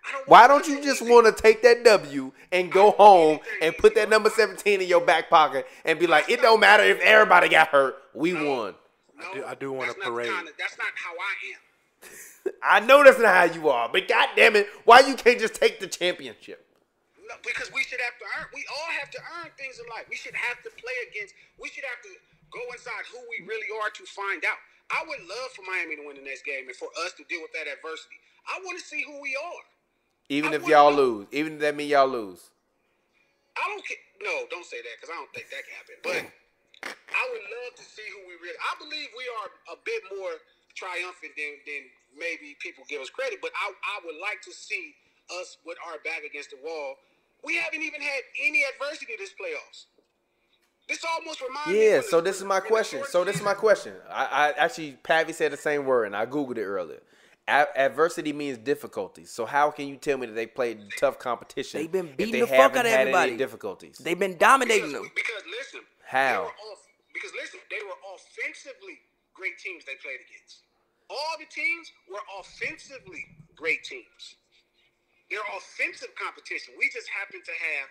S5: I don't
S1: Why
S5: wanna
S1: don't
S5: win
S1: you
S5: it
S1: just
S5: easy.
S1: want to take that W and go home and put that number
S5: I-
S1: 17 in your back pocket and be like, it don't matter if everybody got hurt, we won.
S5: No,
S2: I do- I do want
S5: that's
S2: a
S5: not the
S2: parade.
S5: kinda- that's not how I am.
S1: I know that's not how you are, but god damn it, why you can't just take the championship?
S5: No, because we should have to earn. We all have to earn things in life. We should have to play against. We should have to go inside who we really are to find out. I would love for Miami to win the next game and for us to deal with that adversity. I want to see who we are.
S1: Even
S5: I
S1: if
S5: wanna
S1: y'all
S5: know-
S1: lose, even if that mean y'all lose.
S5: I don't care. No, don't say that because I don't think that can happen. But I would love to see who we really. I believe we are a bit more triumphant than than maybe people give us credit. But I I would like to see us with our back against the wall. We haven't even had any adversity this playoffs. This almost reminds me.
S1: Yeah,
S5: what
S1: so
S5: it's-
S1: this is my
S5: it's a
S1: question.
S5: short
S1: So this is my
S5: season.
S1: question. I, I actually Pavi said the same word and I googled it earlier. A- adversity means difficulties. So how can you tell me that they played tough competition?
S3: They've been
S1: if
S3: beating
S1: they
S3: the fuck
S1: haven't
S3: out of
S1: had any
S3: everybody.
S1: Difficulties.
S3: They've been dominating
S5: Because,
S3: them.
S5: because listen,
S1: How?
S5: They were off, because listen, they were offensively great teams they played against. All the teams were offensively great teams. They're offensive competition. We just happen to have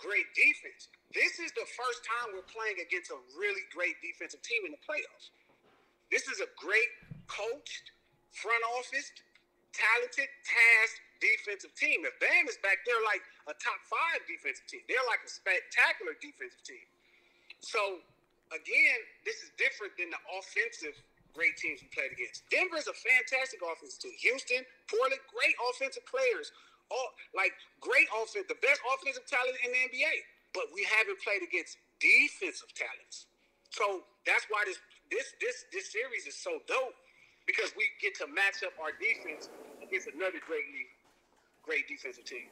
S5: great defense. This is the first time we're playing against a really great defensive team in the playoffs. This is a great coached, front office, talented, tasked defensive team. If Bam is back, they're like a top five defensive team. They're like a spectacular defensive team. So again, this is different than the offensive great teams we played against. Denver's a fantastic offensive team. Houston, Portland, great offensive players. All like great offense, the best offensive talent in the NBA. But we haven't played against defensive talents. So that's why this this this this series is so dope because we get to match up our defense against another great league, great defensive team.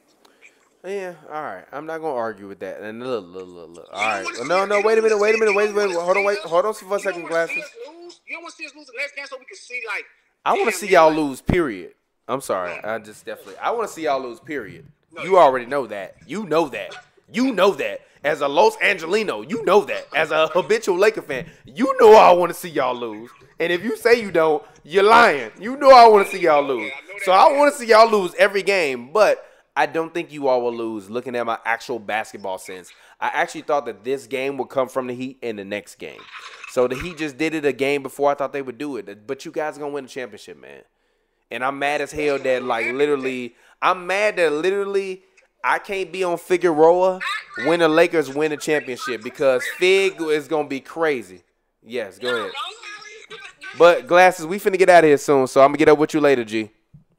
S1: Yeah, all right. I'm not gonna argue with that. And look, look, look, look. All right.
S5: You don't
S1: No,
S5: wanna
S1: no.
S5: see-
S1: Wait a minute. Wait a
S5: you
S1: minute.
S5: don't
S1: Wait a
S5: wanna
S1: minute.
S5: see
S1: Hold on. Wait.
S5: us-
S1: Hold on for a
S5: you don't
S1: second,
S5: wanna see
S1: glasses.
S5: us lose. You don't want to see us lose the next game so we can see like.
S1: I want to
S5: damn,
S1: see
S5: man,
S1: y'all
S5: like,
S1: lose. Period. I'm sorry. I just definitely. I want to see y'all lose. Period. You already know that. You know that. You know that. As a Los Angelino, you know that. As a habitual Laker fan, you know I want to see y'all lose. And if you say you don't, you're lying. You know I want to see y'all lose. So I want to see y'all lose every game, but I don't think you all will lose. Looking at my actual basketball sense, I actually thought that this game would come from the Heat in the next game. So the Heat just did it a game before I thought they would do it. But you guys are gonna win the championship, man. And I'm mad as hell that like literally, I'm mad that literally I can't be on Figueroa when the Lakers win the championship because Fig is gonna be crazy. Yes, go ahead. But glasses, we finna get out of here soon, so I'm gonna get up with you later, G.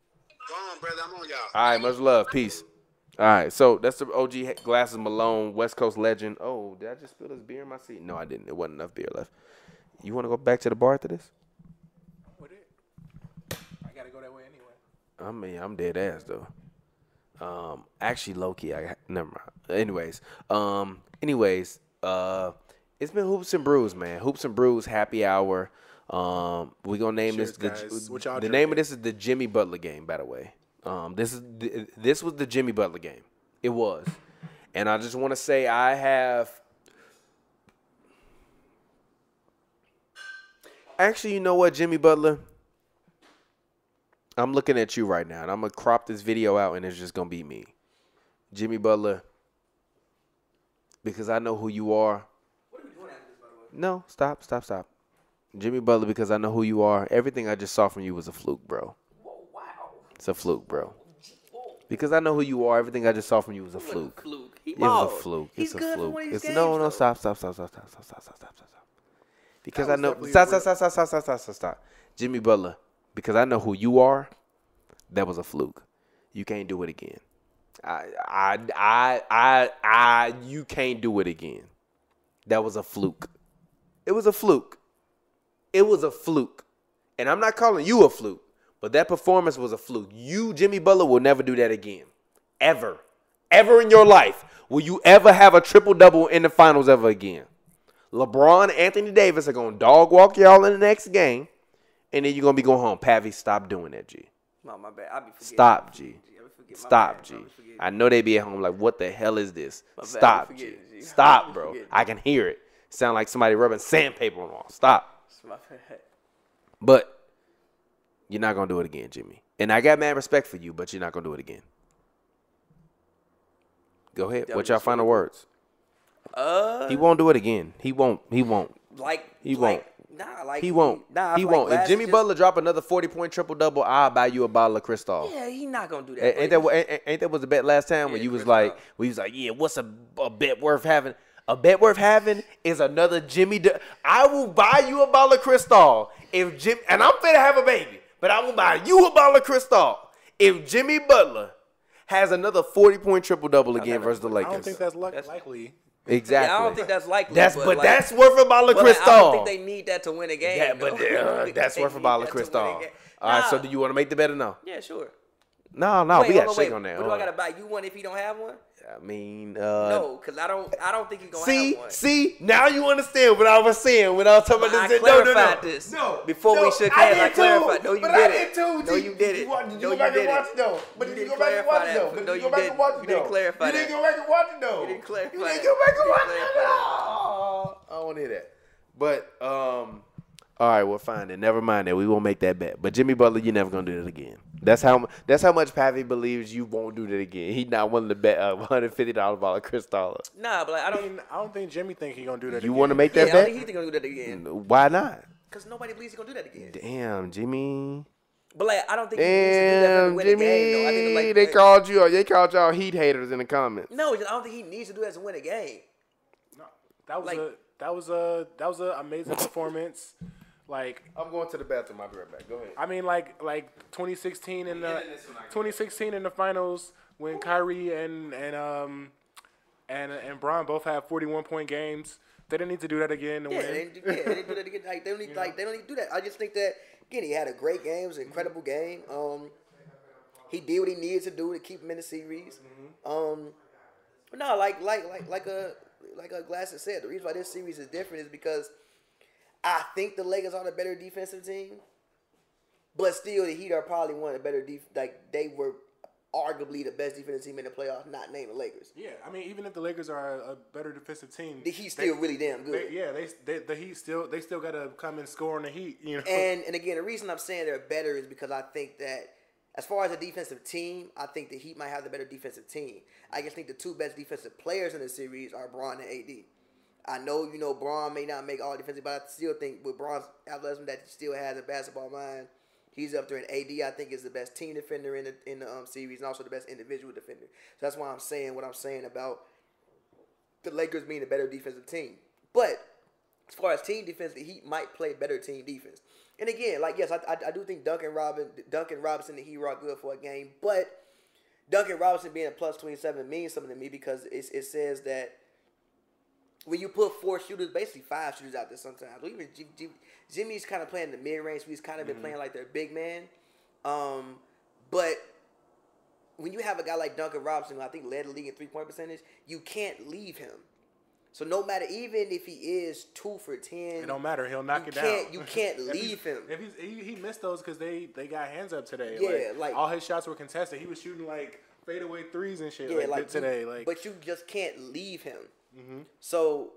S5: Go on, brother. I'm on y'all.
S1: All right, much love, peace. All right, so that's the OG glasses Malone, West Coast legend. Oh, did I just spill this beer in my seat? No, I didn't. It wasn't enough beer left. You want to go back to the bar after this?
S2: With it. I gotta go that way anyway.
S1: I mean, I'm dead ass though. Um, actually, low key, I never mind. Anyways, um, anyways, uh, it's been hoops and brews, man. Hoops and brews happy hour. Um, we gonna name
S2: Cheers,
S1: this
S2: guys.
S1: the
S2: What y'all
S1: the name of
S2: drinking?
S1: this is the Jimmy Butler game. By the way, um, this is th- this was the Jimmy Butler game. It was, and I just want to say I have. Actually, you know what, Jimmy Butler? I'm looking at you right now, and I'm gonna crop this video out, and it's just gonna be me, Jimmy Butler, because I know who you are. No, stop, stop, stop. Jimmy Butler, because I know who you are. Everything I just saw from you was a fluke, bro. It's a fluke, bro. Because I know who you are. Everything I just saw from you was a fluke.
S3: Fluke. He
S1: It was
S3: balled.
S1: a fluke.
S3: He's
S1: It's a
S3: good for
S1: fluke.
S3: one of these
S1: It's
S3: games,
S1: no, no,
S3: though.
S1: stop, stop, stop, stop, stop, stop, stop, stop, stop, stop, stop. Because
S2: That
S1: I
S2: was
S1: know
S2: definitely a
S1: stop, stop,
S2: rip.
S1: stop, stop, stop, stop, stop, stop, stop. Jimmy Butler, because I know who you are. That was a fluke. You can't do it again. I, I, I, I, I. You can't do it again. That was a fluke. It was a fluke. It was a fluke. And I'm not calling you a fluke, but that performance was a fluke. You, Jimmy Butler, will never do that again. Ever. Ever in your life will you ever have a triple double in the finals ever again. LeBron and Anthony Davis are going to dog walk y'all in the next game, and then you're going to be going home. Pavi, stop doing that, G.
S3: No, my bad. I be forgetting.
S1: Stop, G.
S3: I be forgetting. My
S1: Stop,
S3: bad.
S1: G.
S3: I be forgetting.
S1: I know they be at home like, what the hell is this?
S3: bad. I
S1: Stop,
S3: be
S1: G.
S3: forgetting, G. I
S1: Stop,
S3: be
S1: bro.
S3: forgetting.
S1: I can hear it. Sound like somebody rubbing sandpaper on the wall. Stop.
S3: It's my bad.
S1: But you're not gonna do it again, Jimmy. And I got mad respect for you, but you're not gonna do it again. Go ahead. What's your final words?
S3: Uh,
S1: He won't do it again. He won't. He won't.
S3: like
S1: He
S3: like, Nah, like
S1: He won't.
S3: Nah,
S1: he
S3: like
S1: won't. If
S3: Glass
S1: Jimmy
S3: just-
S1: Butler drop another 40 point triple double, I'll buy you a bottle of Cristal.
S3: Yeah, he not gonna do that.
S1: A- Ain't that,
S3: but
S1: what- ain't, ain't that was the bet last time when
S3: Yeah,
S1: you was
S3: Chris Paul.
S1: like, we was like, yeah, what's a, a bet worth having? A bet worth having is another Jimmy. D- I will buy you a bottle of Cristal if Jim, and I'm finna have a baby, but I will buy you a bottle of Cristal if Jimmy Butler has another 40 point triple double again versus the Lakers.
S2: I don't think that's, luck- likely.
S1: exactly.
S3: Yeah, I don't think that's likely.
S1: That's
S3: but,
S1: but,
S3: like,
S1: that's worth a bottle of
S3: but, like,
S1: Cristal.
S3: I don't think they need that to win a game.
S1: yeah, but
S3: though. I don't
S1: uh,
S3: think
S1: that's
S3: they
S1: worth a
S3: need
S1: bottle of
S3: that to win a
S1: Cristal. All
S3: game.
S1: right, so
S3: Nah.
S1: do you want to make the bet or no?
S3: Yeah, sure.
S1: No, no, Oh, we
S3: hold
S1: got
S3: on,
S1: shake on that.
S3: But do
S1: Hold
S3: I gotta
S1: on.
S3: buy you one if he don't have one?
S1: I mean, uh,
S3: no, because I don't. I don't think he's gonna
S1: See,
S3: have one.
S1: see, now you understand what I was saying when I was talking
S3: But
S1: about
S3: I
S1: this. No, no, no.
S3: clarified this.
S1: No,
S3: Before we
S1: no,
S3: shook
S1: I
S3: hands, I
S1: did
S3: clarified.
S1: Too,
S3: No, you
S1: but I did
S3: didn't.
S1: too.
S3: No,
S1: G.
S3: you didn't.
S1: You, watch- did you
S3: No,
S1: go
S3: you
S1: back and
S3: didn't.
S1: watch it though? But
S3: You
S1: did you
S3: didn't
S1: go back and
S3: clarify
S1: watch it
S3: that.
S1: though? But
S3: No,
S1: did you
S3: you
S1: go back
S3: didn't.
S1: and watch it
S3: You
S1: though?
S3: didn't clarify
S1: You
S3: that.
S1: didn't go back and watch it though.
S3: didn't clarify
S1: You didn't
S3: that.
S1: go back and
S3: You
S1: watch
S3: didn't
S1: it. No, I don't want to hear that. But um. All right, well, fine. Then never mind that. We won't make that bet. But Jimmy Butler, you're never gonna do that again. That's how that's how much Pavi believes you won't do that again. He's not willing to bet a 150 dollar ball of Chris Dollar.
S3: Nah, but like, I
S2: I
S3: don't.
S2: mean, I don't think Jimmy think he gonna do that.
S1: You
S2: again.
S1: want to make
S3: Yeah,
S1: that
S3: I don't think
S1: bet? Mm.
S3: he's gonna do that again.
S1: Why not?
S3: Because nobody believes he's gonna do that again.
S1: Damn, Jimmy.
S3: But like, I don't think he needs to do that
S1: Damn,
S3: to win a
S1: Jimmy.
S3: game. Though. I think like,
S1: they called you. They called y'all heat haters in the comments.
S3: No, I don't think he needs to do that to win a game.
S2: That was
S3: Like-
S2: a that was a that was an amazing performance. Like
S1: I'm going to the bathroom. I'll be right back. Go ahead.
S2: I mean, like like 2016 in the 2016 in the finals when Kyrie and and um and and Braun both had 41 point games. They didn't need to do that again to
S3: Yeah,
S2: win.
S3: they, do- yeah, they do that again. Like they don't need, like they don't need to do that. I just think that again, he had a great game. It was an incredible game. Um, he did what he needed to do to keep him in the series.
S2: Mm-hmm.
S3: Um, but no, like like like like a like a glass has said, the reason why this series is different is because I think the Lakers are the better defensive team, but still the Heat are probably one of the better def- like they were arguably the best defensive team in the playoffs, not named the Lakers.
S2: Yeah, I mean, even if the Lakers are a, a better defensive team,
S3: The Heat still really damn good.
S2: they, yeah, they, they the Heat still they still gotta come and score on the Heat. You know,
S3: And and again, the reason I'm saying they're better is because I think that As far as a defensive team, I think the Heat might have the better defensive team. I just think the two best defensive players in the series are Braun and AD. I know you know Braun may not make all defensive, but I still think with Braun's athleticism that he still has a basketball mind, he's up there. And AD, I think, is the best team defender in the in the um, series and also the best individual defender. So that's why I'm saying what I'm saying about the Lakers being a better defensive team. But as far as team defense, the Heat might play better team defense. And again, like yes, I, I, I do think Duncan Robin Duncan Robinson and the Heat are good for a game, but Duncan Robinson being a plus twenty seven means something to me because it, it says that when you put four shooters, basically five shooters out there sometimes. Well, even Jim, Jim, Jimmy's kind of playing the mid range. He's kind
S2: Mm-hmm.
S3: of been playing like their big man. Um, but when you have a guy like Duncan Robinson, who I think led the league in three point percentage, you can't leave him. So no matter, even if he is two for ten,
S2: It don't matter. He'll knock
S3: you
S2: it
S3: can't-
S2: down.
S3: you can't
S2: If he's-
S3: leave him.
S2: If he's, he, he missed those because they, they got hands up today.
S3: Yeah,
S2: like,
S3: like-
S2: all his shots were contested. He was shooting like fadeaway threes and shit.
S3: Yeah,
S2: like,
S3: like you-
S2: today. like Mm-hmm.
S3: but you just can't leave him. So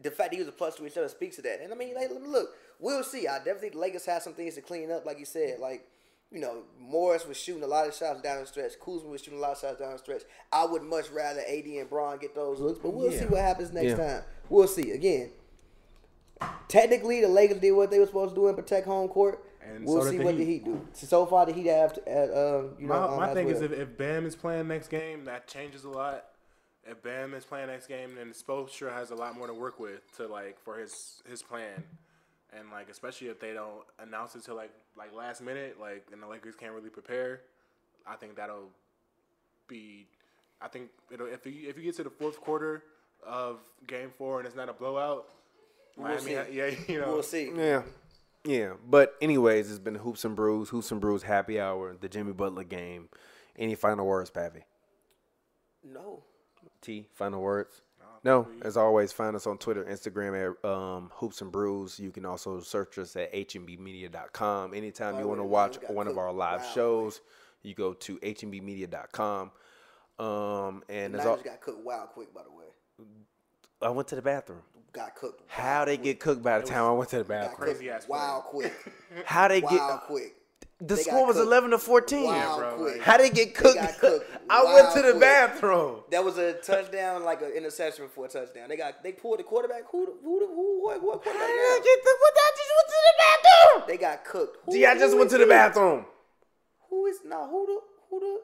S3: the fact that he was a plus to each other speaks to that. And I mean, like, look, we'll see. I definitely think the Lakers have some things to clean up, like you said.
S2: Mm-hmm.
S3: Like, you know, Morris was shooting a lot of shots down the stretch. Kuzma was shooting a lot of shots down the stretch. I would much rather AD and Braun get those looks, but we'll see what happens next
S1: Yeah.
S3: time. We'll see. Again, technically, the Lakers did what they were supposed to do and protect home court.
S2: And
S3: we'll
S2: so did
S3: see
S2: the
S3: what the
S2: Heat.
S3: Heat do. So far, the Heat have to, uh, um, you know,
S2: my,
S3: um,
S2: my
S3: as
S2: thing is
S3: well.
S2: if, if Bam is playing next game, that changes a lot. If Bam is playing next game, then Spoelstra has a lot more to work with to like for his his plan, and like especially if they don't announce it till like like last minute, like and the Lakers can't really prepare. I think that'll be. I think it'll, if you if you get to the fourth quarter of Game Four and it's not a blowout, Miami,
S3: see.
S2: uh, yeah, you know,
S3: we'll see.
S1: Yeah. Yeah. But anyways, it's been Hoops and Brews, Hoops and Brews happy hour, the Jimmy Butler game. Any final words, Pappy?
S3: No.
S1: T, final words? No, as always, find us on Twitter, Instagram at um, Hoops and Brews. You can also search us at hmbmedia.com. Anytime you
S3: Oh,
S1: want to
S3: we- we
S1: watch
S3: got
S1: one of our
S3: cooked.
S1: live
S3: Wow.
S1: shows, you go to hmbmedia.com. Um, and as
S3: Niners
S1: al-
S3: got cooked wild quick, by the way.
S1: I went to the bathroom.
S3: Got cooked.
S1: How they get cooked by the time I went to the
S3: got
S1: bathroom?
S2: crazy ass
S3: cooked wild quick.
S1: How they get
S3: Wild quick.
S1: the
S3: They got
S1: score was
S3: cooked.
S1: eleven to fourteen?
S3: Wild quick.
S1: How they get cooked?
S3: got cooked
S1: I went
S3: wild
S1: to the
S3: quick.
S1: bathroom.
S3: That was a touchdown, like an interception for a touchdown. They got they pulled the quarterback. Who the- who the- who what, what quarterback? now?
S1: the, what, I just went to the bathroom.
S3: They got cooked. Who,
S1: Gee, I just
S3: who
S1: went
S3: is
S1: to the
S3: he?
S1: bathroom.
S3: Who is no? Who the who the?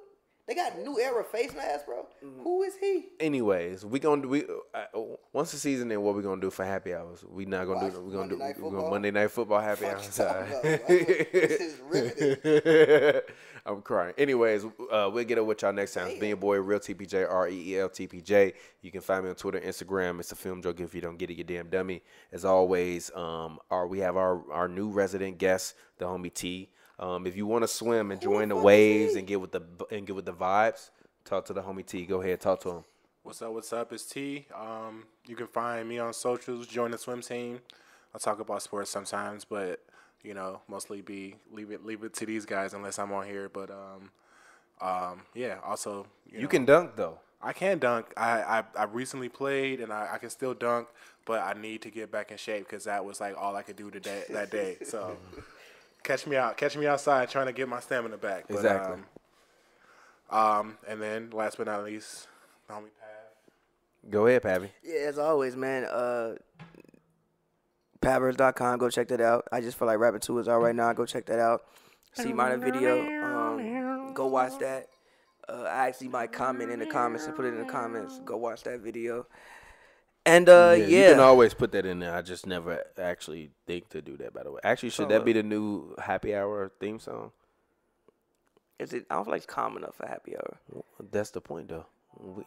S3: They got new era face mask, bro.
S1: Mm-hmm.
S3: Who is he?
S1: Anyways, we gonna do we uh, uh, once the season end, what we gonna do for happy hours? We not gonna
S3: Watch
S1: do we gonna
S3: Monday
S1: do
S3: Night
S1: we gonna
S3: Football?
S1: Monday night football happy
S3: Fuck
S1: hours.
S3: you talking about, bro. This is riveting.
S1: I'm crying. Anyways, uh, we'll get up with y'all next time. It's been your boy, Real TPJ, R E E L T P J. You can find me on Twitter, Instagram. It's a film joke. If you don't get it, you damn dummy. As always, um, our, we have our, our new resident guest, the homie T. Um, if you want to swim and join the
S3: fuck is
S1: waves
S3: he?
S1: and get with the and get with the vibes, talk to the homie T. Go ahead, talk to him.
S2: What's up? What's up? It's T. Um, you can find me on socials. Join the swim team. I talk about sports sometimes, but you know, mostly be leave it leave it to these guys unless I'm on here. But um, um, yeah. Also, you,
S1: You
S2: know,
S1: can dunk though.
S2: I can dunk. I I, I recently played and I, I can still dunk, but I need to get back in shape because that was like all I could do today that day. So catch me out, catch me outside trying to get my stamina back. But,
S1: Exactly.
S2: Um, um, and then last but not least, homie Pav.
S1: Go ahead, Pappy.
S3: Yeah, as always, man. Uh, Pabbers.com. Go check that out. I just feel like rapping to is out right now. Go check that out. See my video. Um, go watch that. Uh, I actually might comment in the comments and put it in the comments. Go watch that video. And uh, yeah,
S1: You can always put that in there. I just never actually think to do that. By the way, actually, should that be the new happy hour theme song?
S3: is it? I don't feel like it's common enough for happy hour.
S1: That's the point, though. We,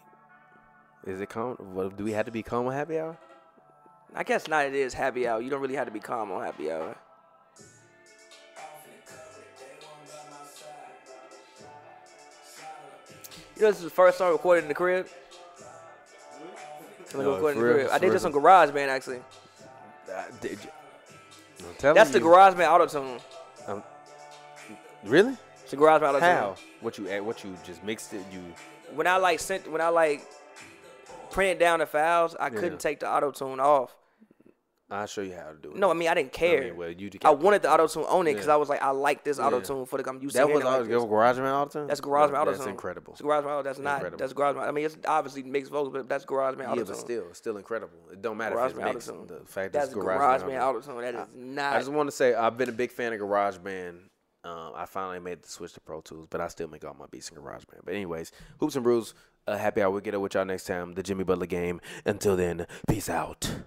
S1: is it calm? What, do we have to be calm on happy hour?
S3: I guess not. It is happy hour. You don't really have to be calm on happy hour. You know, this is the first song recorded in the crib. Like,
S1: No,
S3: recorded
S1: for
S3: in the
S1: real,
S3: crib. I
S1: for
S3: did this
S1: real.
S3: on GarageBand actually.
S1: I did you- I'm telling
S3: That's the
S1: you.
S3: GarageBand auto tune.
S1: Really?
S3: It's the GarageBand auto tune.
S1: How? What you add? What you just mixed it? You
S3: When I like sent, when I like printed down the files, I couldn't
S1: Yeah.
S3: take the auto tune off.
S1: I'll show you how to do it.
S3: No, I mean I didn't care. I,
S1: mean, well, you
S3: wanted the auto tune on it because
S1: Yeah.
S3: I was like, I like this auto tune for the. I'm used to
S1: that
S3: hearing
S1: was
S3: it like
S1: all
S3: this.
S1: like GarageBand auto
S3: That's GarageBand Auto Tune.
S1: That's incredible.
S3: It's GarageBand Auto. That's not.
S1: Incredible.
S3: That's GarageBand. I mean, it's obviously mixed vocals, but that's GarageBand Auto
S1: Yeah,
S3: Tune.
S1: but still, it's still incredible. It don't matter if
S3: GarageBand
S1: it's
S3: Auto
S1: mixed.
S3: Tune.
S1: The fact that
S3: that's
S1: it's GarageBand
S3: GarageBand
S1: Auto
S3: Auto Tune. That is not.
S1: I just want to say I've been a big fan of GarageBand. Um, I finally made the switch to Pro Tools, but I still make all my beats in GarageBand. But anyways, hoops and brews. Uh, happy hour. We'll get up with y'all next time. The Jimmy Butler game. Until then, peace out.